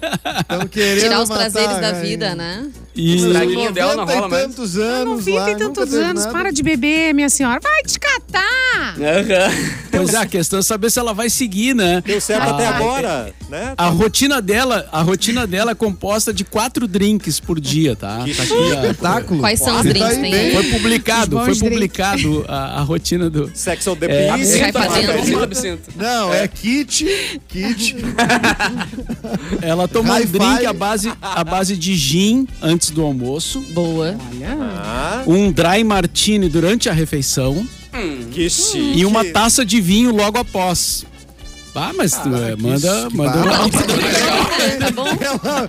S4: Estão querendo
S2: Tirar os
S4: matar
S2: prazeres
S4: a
S2: da
S4: rainha.
S2: vida, né?
S5: E-
S4: Os
S3: Estraguinho dela não
S4: 90 e
S3: rola mais.
S4: tantos
S6: eu não
S4: anos
S6: vi
S4: lá,
S6: tem
S4: nunca
S6: tantos
S4: teve
S6: anos.
S4: nada.
S6: Para de beber, minha senhora. Vai te catar.
S3: Aham.
S5: Pois é, a questão é saber se ela vai seguir, né?
S1: Deu certo
S5: Ah,
S1: até agora, né?
S5: A rotina dela, a rotina dela é composta de quatro drinks por dia, tá? Tá aqui, ó.
S4: Espetáculo.
S2: Quais são os
S4: Você tá
S2: drinks?
S4: aí
S2: Tem
S4: bem.
S2: aí?
S5: foi publicado,
S6: Os
S5: foi
S6: bons
S5: publicado a, a rotina do.
S1: Sex on the
S5: É,
S1: Beach.
S2: Vai fazendo.
S3: Absinto, absinto.
S4: Não, é kit, kit.
S5: Ela toma um
S4: Hi-fi.
S5: drink à base, à base de gin antes do almoço,
S2: Boa.
S1: Ah,
S5: um dry martini durante a refeição.
S1: que chique.
S5: e uma taça de vinho logo após. Ah, mas tu, é, manda, manda um-
S4: barato.
S2: Tá bom?
S4: Ela, ela pega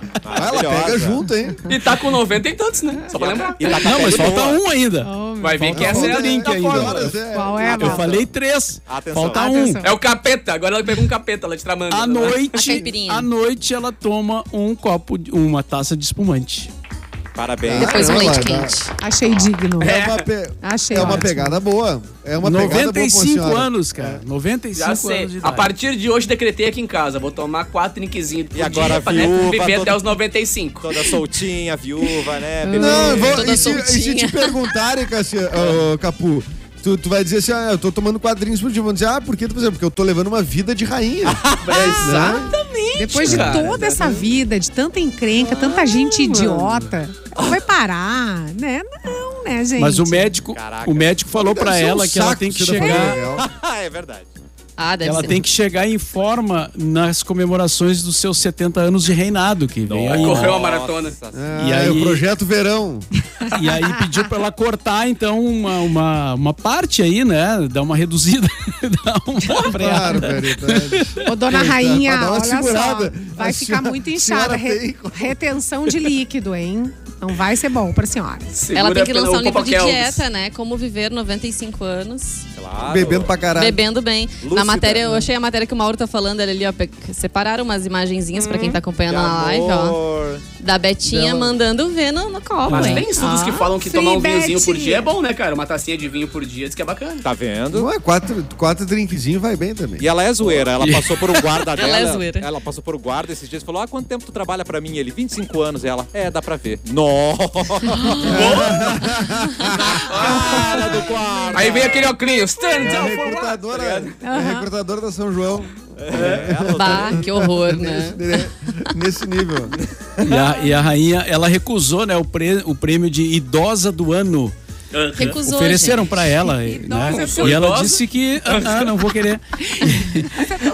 S1: Maravilhosa.
S4: junto, hein?
S3: E tá com 90 e tantos, né? Só pra lembrar.
S1: E tá com a
S5: Não, mas
S1: pele
S5: falta
S1: boa.
S5: um ainda.
S6: Oh, meu-
S3: Vai ver que
S5: Falta
S3: essa é
S5: um
S3: a
S5: drink
S4: Tá
S3: da
S5: ainda.
S3: fórmula.
S6: Qual é,
S5: Eu
S6: Marcos?
S5: falei três.
S1: Atenção.
S5: Falta
S6: Atenção.
S5: um.
S3: É o capeta, agora ela pega um capeta lá de né? tramando.
S5: À
S2: A
S5: noite,
S2: caipirinha.
S5: à noite ela toma um copo, de- uma taça de espumante.
S1: Parabéns.
S2: Depois um
S4: Caramba,
S2: leite
S4: tá.
S2: quente.
S6: Achei digno.
S4: É uma, pe-
S6: Achei
S4: é uma
S6: ótimo.
S4: pegada boa. É uma pegada boa pra
S5: 95
S4: senhora. É.
S5: anos, cara. 95
S3: Já sei.
S5: anos de
S3: A
S5: idade.
S3: partir de hoje decretei aqui em casa. Vou tomar quatro niquezinhos.
S1: E agora
S3: pra,
S1: viúva,
S3: viver
S1: todo-
S3: até os 95.
S1: Toda soltinha, viúva, né? Bebê.
S4: Não, eu vou,
S2: Toda
S4: e, se, e se
S2: soltinha.
S4: te perguntarem, Cassia, ô, Capu, tu, tu vai dizer assim, ah, eu tô tomando quadrinhos por dia. Vão dizer, ah, por que tu fazendo? Porque eu tô levando uma vida de rainha. Exato.
S6: Depois de
S3: cara.
S6: toda essa vida, de tanta encrenca, tanta gente idiota, vai parar, né? Não, né, gente?
S5: Mas o médico,
S1: Caraca.
S5: o médico falou pra
S4: um
S5: ela que ela tem que
S4: tá
S5: chegar,
S1: Ah, é verdade.
S2: Ah, deve
S5: ela
S2: ser.
S5: tem que chegar em forma nas comemorações dos seus 70 anos de reinado que vem aí. né?
S3: Correu a maratona.
S5: E
S4: e
S5: aí-
S4: aí, o É, projeto verão.
S5: E aí pediu pra ela cortar, então, uma, uma, uma parte aí, né? Dar uma reduzida, dar um uma
S4: Claro,
S5: freada.
S4: velho. tá-
S6: Ô, dona
S4: Eita, pra
S6: Rainha,
S4: dar uma
S6: olha
S4: segurada.
S6: só. Vai
S4: A
S6: ficar
S4: senhora-
S6: muito
S4: a
S6: inchada.
S4: senhora
S6: Re-
S4: tem como-
S6: Retenção de líquido, hein? Não vai ser bom pra senhora.
S2: Ela tem que
S3: Segura
S2: lançar um
S3: o
S2: livro de
S3: Popocalps.
S2: dieta, né? Como viver 95 anos.
S1: Claro.
S4: Bebendo pra caralho.
S2: Bebendo bem.
S1: Lúcida,
S2: Na matéria, eu
S1: né?
S2: achei a matéria que o Mauro tá falando ela ali, ó. pe- Separaram umas imagenzinhas pra quem tá acompanhando na live, ó.
S1: Amor.
S2: Da Betinha
S4: Dela.
S2: mandando ver no, no copo,
S3: Mas
S2: hein? Ah.
S3: tem estudos que
S2: Ó.
S3: falam que
S6: Free
S3: tomar um vinhozinho por
S6: bet.
S3: dia é bom, né, cara? Uma tacinha de vinho por dia diz que é bacana.
S1: Tá vendo?
S4: Não é quatro, quatro drinkzinhos vai bem também.
S1: E ela é zoeira, ela passou por um guarda dela.
S2: é zoeira.
S1: Ela passou por um guarda esses dias e falou: Ah, quanto tempo tu trabalha pra mim? Ele, 25 anos. Ela, é, dá pra ver. Nossa! Cara do
S5: Ah,
S1: guarda!
S3: Aí vem
S5: tá.
S3: aquele óculos, stand
S1: Tá
S4: É a
S5: né,
S3: up for what?
S4: recrutadora, é a recrutadora da São João.
S1: É,
S2: Bah, que horror,
S4: Nesse,
S2: né?
S4: nesse nível.
S5: E a, e a rainha, ela recusou, né? O, pre- o prêmio de idosa do ano.
S2: Recusou.
S5: Ofereceram pra ela, né?
S3: Você é
S5: E ela
S3: idosa?
S5: disse que ah, ah, não vou querer.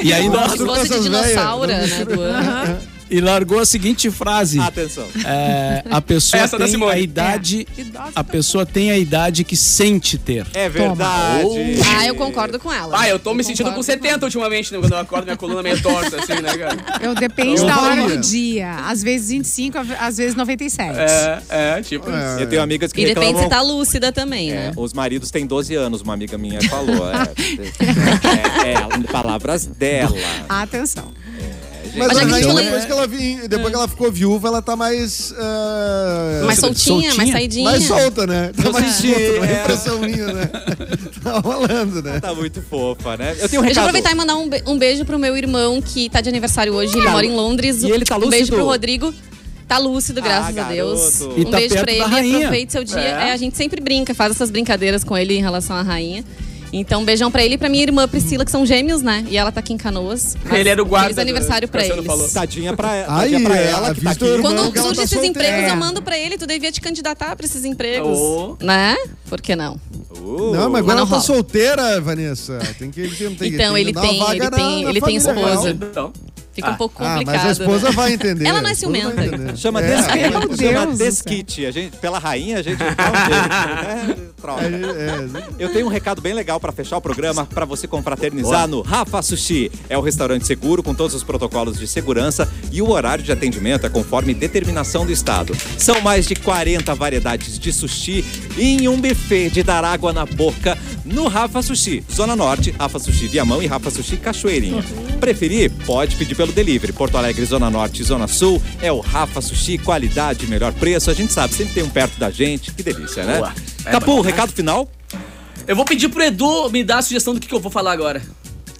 S5: E aí
S2: gente.
S4: Nossa,
S2: Recusou de
S4: essas velhas,
S2: dinossauro,
S4: não
S2: né? Do ano.
S5: e largou a seguinte frase:
S1: Atenção.
S5: é, a pessoa
S1: tá
S3: Essa da
S5: tem
S3: Simone.
S5: a idade,
S6: É. Idosa
S2: tá
S5: a pessoa tem a idade que sente ter.
S1: É verdade.
S2: Ah, eu concordo com ela.
S3: Ah, eu tô me sentindo com
S2: concordo
S3: 70 ultimamente, né? Quando eu acordo, minha coluna meio torta, assim, né, cara?
S6: Eu depende
S4: Eu
S6: da hora
S4: faria.
S6: do dia. Às vezes 25, às vezes 97.
S3: É, é, tipo. isso.
S1: Eu tenho amigas que
S2: E depende
S1: reclamam.
S2: se tá lúcida também,
S1: É,
S2: né?
S1: os maridos têm 12 anos, uma amiga minha falou. É, é, é, palavras dela.
S6: Atenção.
S4: Mas,
S2: Mas
S4: a
S2: é que
S4: rainha,
S2: eu falei-
S4: depois, que ela vi- depois que ela ficou viúva, ela tá mais. ah,
S2: Mais soltinha, mais
S5: soltinha.
S2: saidinha.
S4: mais solta, né? Tá mais
S1: senti,
S4: solta, não
S1: é.
S4: é impressão minha, né? Tá rolando, né?
S1: Tá muito fofa, né? Eu tenho um
S2: Deixa eu
S1: recado.
S2: aproveitar e mandar um, be- um beijo pro meu irmão que tá de aniversário hoje, ele mora em Londres.
S1: E ele tá
S2: Um beijo
S1: lúcido?
S2: pro Rodrigo. Tá lúcido,
S1: Ah,
S2: graças a
S1: garoto.
S2: Deus.
S1: E
S2: um
S5: tá
S2: beijo pra
S5: perto da
S2: ele,
S5: rainha.
S2: aproveite seu dia. É. a gente sempre brinca, faz essas brincadeiras com ele em relação à rainha. Então, beijão pra ele e pra minha irmã Priscila, que são gêmeos, né? E ela tá aqui em Canoas. Mas
S3: Ele era o guarda
S2: Feliz aniversário
S3: do-
S2: pra
S3: Cassiano
S2: eles.
S3: falou.
S1: Tadinha pra,
S4: Ai,
S1: tadinha pra
S2: é,
S1: ela,
S4: ela
S1: que tá aqui.
S4: visto o Tá, irmão.
S2: Quando
S4: que ela
S2: surgem
S4: tá
S2: esses
S4: solteira.
S2: empregos,
S6: É.
S2: eu mando pra ele. Tu devia te candidatar pra esses empregos.
S3: Ô.
S2: Né? Por que não?
S1: Uh,
S4: Não, mas agora
S2: não
S4: ela tá
S2: rola.
S4: solteira, Vanessa. Tem que, ele tem, tem,
S2: Então,
S4: que
S2: ele
S4: dar uma
S2: tem-
S4: vaga
S2: ele tem-
S4: na
S2: ele tem
S4: família
S2: esposa.
S4: real.
S3: Então.
S2: Fica
S3: Ah.
S2: um pouco
S4: Ah,
S2: complicado.
S4: mas a esposa
S2: né?
S4: vai entender.
S2: Ela não é
S4: a esposa vai
S2: ciumenta.
S4: entender.
S1: Chama,
S4: É,
S1: des...
S6: Meu
S1: chama
S6: Deus do
S1: desquite. A gente, pela rainha, a gente dá um jeito, né? Troca.
S4: é, é.
S1: Eu tenho um recado bem legal para fechar o programa, para você confraternizar no Rafa Sushi. É o restaurante seguro com todos os protocolos de segurança e o horário de atendimento é conforme determinação do estado. São mais de 40 variedades de sushi em um buffet de dar água na boca no Rafa Sushi, Zona Norte, Rafa Sushi Viamão e Rafa Sushi Cachoeirinha. Preferir? Pode pedir pelo delivery. Porto Alegre, Zona Norte e Zona Sul é o Rafa Sushi, qualidade, melhor preço. A gente sabe, sempre tem um perto da gente. Que delícia, né?
S3: Boa. É
S1: Capu,
S3: bacana.
S1: recado final?
S3: Eu vou pedir pro Edu me dar a sugestão do que, que eu vou falar agora.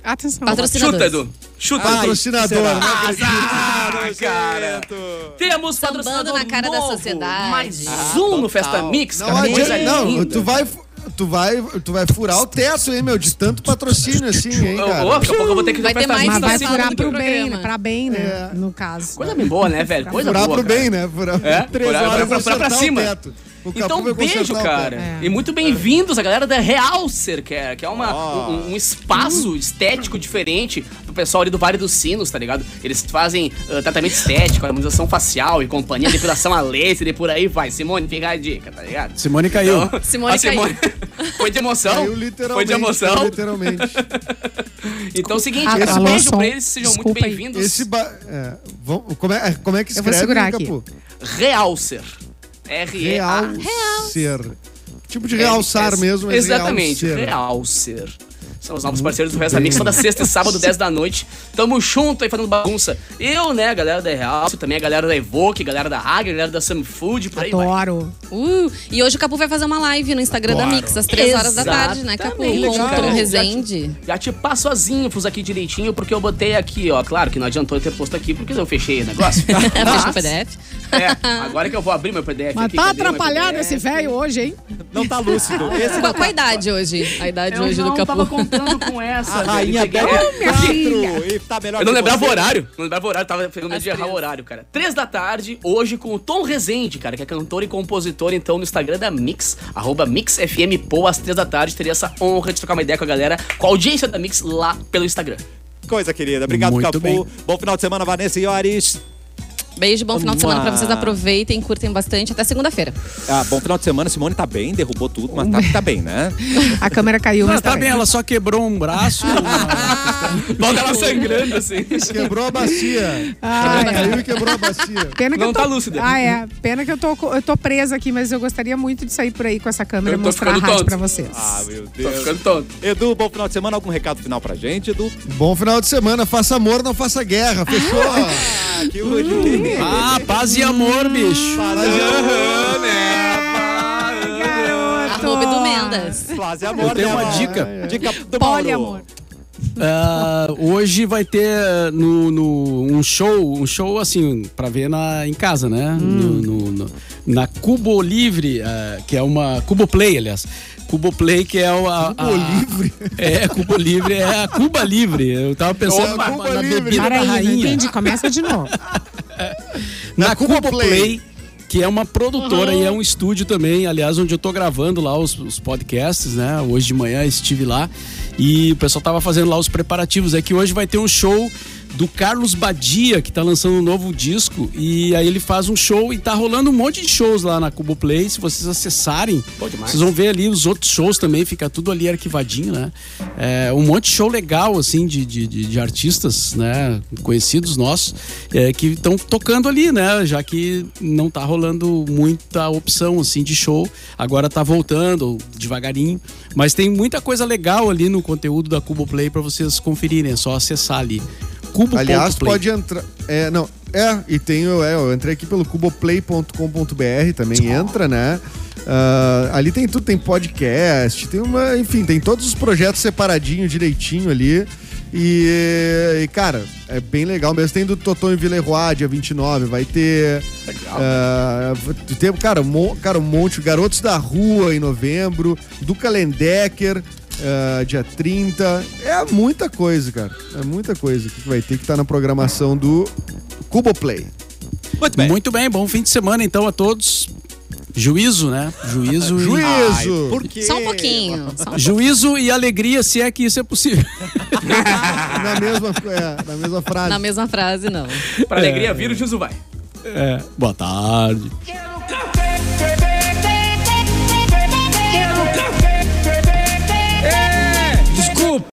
S6: Atenção.
S2: Patrocinadores.
S3: Chuta, Edu.
S5: Ah,
S3: Chuta.
S1: Ai,
S4: Patrocinador,
S1: será?
S4: né?
S3: Ah, cara. Temos
S2: Sambando
S3: patrocinador
S2: na cara da
S3: novo.
S2: sociedade.
S3: Mais um no Festa Mix,
S4: Não
S3: cara.
S4: adianta,
S3: Coisa
S4: não.
S3: linda.
S4: Tu vai, fu- tu, vai, tu vai furar o teto, hein, meu? De tanto patrocínio assim, hein,
S3: Ô, ô,
S4: cara?
S3: daqui a pouco eu vou ter que
S2: Vai ter mais
S6: Mas
S2: Isso
S6: vai
S2: tá
S6: furar
S2: sendo
S6: pro
S2: do
S6: bem,
S2: programa.
S6: né? Pra bem,
S3: É.
S6: né? No caso.
S3: Coisa bem boa, né, velho? Coisa
S4: Furar
S3: boa.
S4: pro
S3: cara.
S4: bem, né? Furar,
S3: É,
S4: três
S3: furar
S4: horas
S3: pra- pra-
S4: eu
S3: pra- pra
S4: consertar o
S3: cima.
S4: teto. O Capu
S3: Então,
S4: vai
S3: beijo,
S4: consertar o
S3: cara.
S4: teto. É.
S3: E muito bem-vindos a galera da Realcer, que é, que é uma,
S1: Ó.
S3: um, um espaço estético diferente pro pessoal ali do Vale dos Sinos, tá ligado? Eles fazem ah, tratamento estético, harmonização facial e companhia, depilação a laser e por aí vai. Simone, fica a dica, tá ligado?
S5: Simone caiu.
S3: Então,
S2: Simone
S3: a Foi de emoção.
S4: Caiu
S3: Então, foi
S4: literalmente.
S3: de emoção.
S4: caiu Literalmente.
S3: Então é o seguinte,
S6: Ah,
S3: cara,
S6: alô,
S3: beijo
S6: som.
S3: pra eles, sejam
S6: Desculpa
S3: muito
S6: aí.
S3: bem-vindos.
S4: Esse ba... é, vamos- como, é, como é que
S6: Eu vou
S4: escreve,
S6: segurar
S4: hein,
S6: aqui.
S4: Capu?
S3: Realcer. R-E-A.
S4: Realcer. Tipo de realçar mesmo, mas
S3: É, Exatamente,
S4: realcer.
S3: realcer. São os novos parceiros do Reza Mix, toda sexta e sábado, 10 da noite. Tamo junto aí fazendo bagunça. Eu, né, a galera da Realce, também a galera da Evoque, a galera da Hager, a galera da Sam Food, por aí vai.
S6: Adoro.
S2: Uh, e hoje o Capu vai fazer uma live no Instagram da Mix, às três horas da tarde, né, Capu?
S3: Exatamente,
S2: Com o
S3: cara.
S2: Tom Rezende.
S3: Já te passo as infos aqui direitinho, porque eu botei aqui, ó. Claro que não adiantou eu ter posto aqui, porque eu fechei o negócio.
S2: Fecha o
S3: Mas,
S2: PDF.
S3: é, agora que eu vou abrir meu PDF
S6: Mas
S3: aqui.
S6: tá
S3: cadê meu
S6: atrapalhado
S3: PDF?
S6: esse velho hoje, hein?
S1: Não tá lúcido. Esse
S2: Qual, qual a idade hoje? A idade
S3: Eu
S2: hoje
S3: não
S2: do Capu.
S3: tava contando com essa.
S1: a
S3: velho.
S1: rainha
S3: Peguei-
S1: pega
S6: minha
S1: quatro
S6: filha.
S1: e tá melhor
S3: Eu não
S1: que
S3: lembrava o
S1: você.
S3: horário. Não lembrava o horário, tava pegando
S2: Às
S3: de errar o
S2: três.
S3: horário, cara. Três da tarde, hoje com o Tom Rezende, cara, que é cantor e compositor, então no Instagram da Mix, arroba MixFMPoa, às três da tarde, teria essa honra de trocar uma ideia com a galera, com a audiência da Mix lá pelo Instagram.
S1: Coisa querida. Obrigado,
S5: Muito
S1: Capu.
S5: bem.
S1: Bom final de semana, Vanessa e Ioris.
S2: Beijo, bom final de semana pra vocês. Aproveitem, curtem bastante. Até segunda-feira.
S1: Ah, bom final de semana. Simone tá bem, derrubou tudo, mas tá, tá bem, né?
S6: A câmera caiu,
S5: Mas
S6: mas
S5: tá bem, ela só quebrou um braço.
S3: Bota ela sangrando, assim.
S4: Quebrou a bacia.
S6: Ah, é.
S4: Caiu e quebrou a bacia.
S6: Pena que
S3: Não
S6: eu tô...
S3: tá lúcida.
S6: Ah, é. Pena que eu tô, co- eu tô presa aqui, mas eu gostaria muito de sair por aí com essa câmera e
S3: Eu tô
S6: mostrar a
S3: ficando
S6: rádio
S3: tonto.
S6: pra vocês.
S1: Ah, meu
S5: Tá
S3: Tô
S1: Deus.
S3: ficando tonto.
S1: Edu, bom final de semana. Algum recado final pra gente, Edu?
S4: Bom final de semana. Faça amor, não faça guerra. Fechou?
S6: Ah.
S1: Que hoje.
S5: Ah, paz e amor, bicho.
S2: Arroba Edu Mendes.
S1: Quase amor,
S5: Eu tenho
S1: né,
S5: uma
S1: Mauro?
S5: dica.
S1: Dica do
S6: Olha,
S1: Mauro.
S6: amor.
S5: Ah, hoje vai ter ah, no, no- um show, um show assim, pra ver na, em casa, né? No- no- no- na Cubo Livre, ah, que é uma. Cubo Play, aliás. Cubo Play, que é o. a- a-
S4: Cubo Livre?
S5: É, Cubo Livre, é a Cuba Livre. Eu tava pensando
S4: Opa,
S5: na,
S4: Cuba
S5: na
S4: Livre.
S5: bebida
S6: Para
S5: da
S6: aí, não
S5: rainha.
S6: entendi. Começa de novo.
S5: na
S4: Na
S5: Cubo
S4: Cubo
S5: Play. que é uma produtora e é um estúdio também, aliás, onde eu tô gravando lá os, os podcasts, né? Hoje de manhã estive lá e o pessoal tava fazendo lá os preparativos. É que hoje vai ter um show do Carlos Badia, que tá lançando um novo disco, e aí ele faz um show e tá rolando um monte de shows lá na Cubo Play. Se vocês acessarem, vocês vão ver ali os outros shows também, fica tudo ali arquivadinho, né? É, um monte de show legal, assim, de, de, de- de artistas, né? Conhecidos nossos, é, que estão tocando ali, né? Já que não tá rolando muita opção, assim, de show. Agora tá voltando devagarinho. Mas tem muita coisa legal ali no conteúdo da Cubo Play pra vocês conferirem. É só acessar ali. Cubo
S4: Aliás, pode entrar. É, não. É, e tem. Eu, é, eu entrei aqui pelo cuboplay.com.br, também entra, né? Ah, ali tem tudo, tem podcast, tem uma. Enfim, tem todos os projetos separadinho, direitinho ali. E, e, cara, é bem legal mesmo. Tem do Toton e Villeroy, dia 29, vai ter. ah, tem, cara, um, mon- cara, um monte. Garotos da Rua em novembro, do Kalendecker. Ah, dia 30. É muita coisa, cara. É muita coisa que vai ter que estar na programação do Cuboplay.
S1: Muito bem.
S5: Muito bem, bom fim de semana então a todos. Juízo, né? Juízo e...
S1: Ai,
S4: Juízo!
S1: por quê?
S2: Só um pouquinho. Só um
S5: Juízo e alegria, se é que isso é possível.
S4: na, mesma, é, na mesma frase.
S3: É.
S2: Na mesma frase, não.
S3: Pra alegria, vira o Jesus vai.
S5: É, boa tarde.
S7: Quero um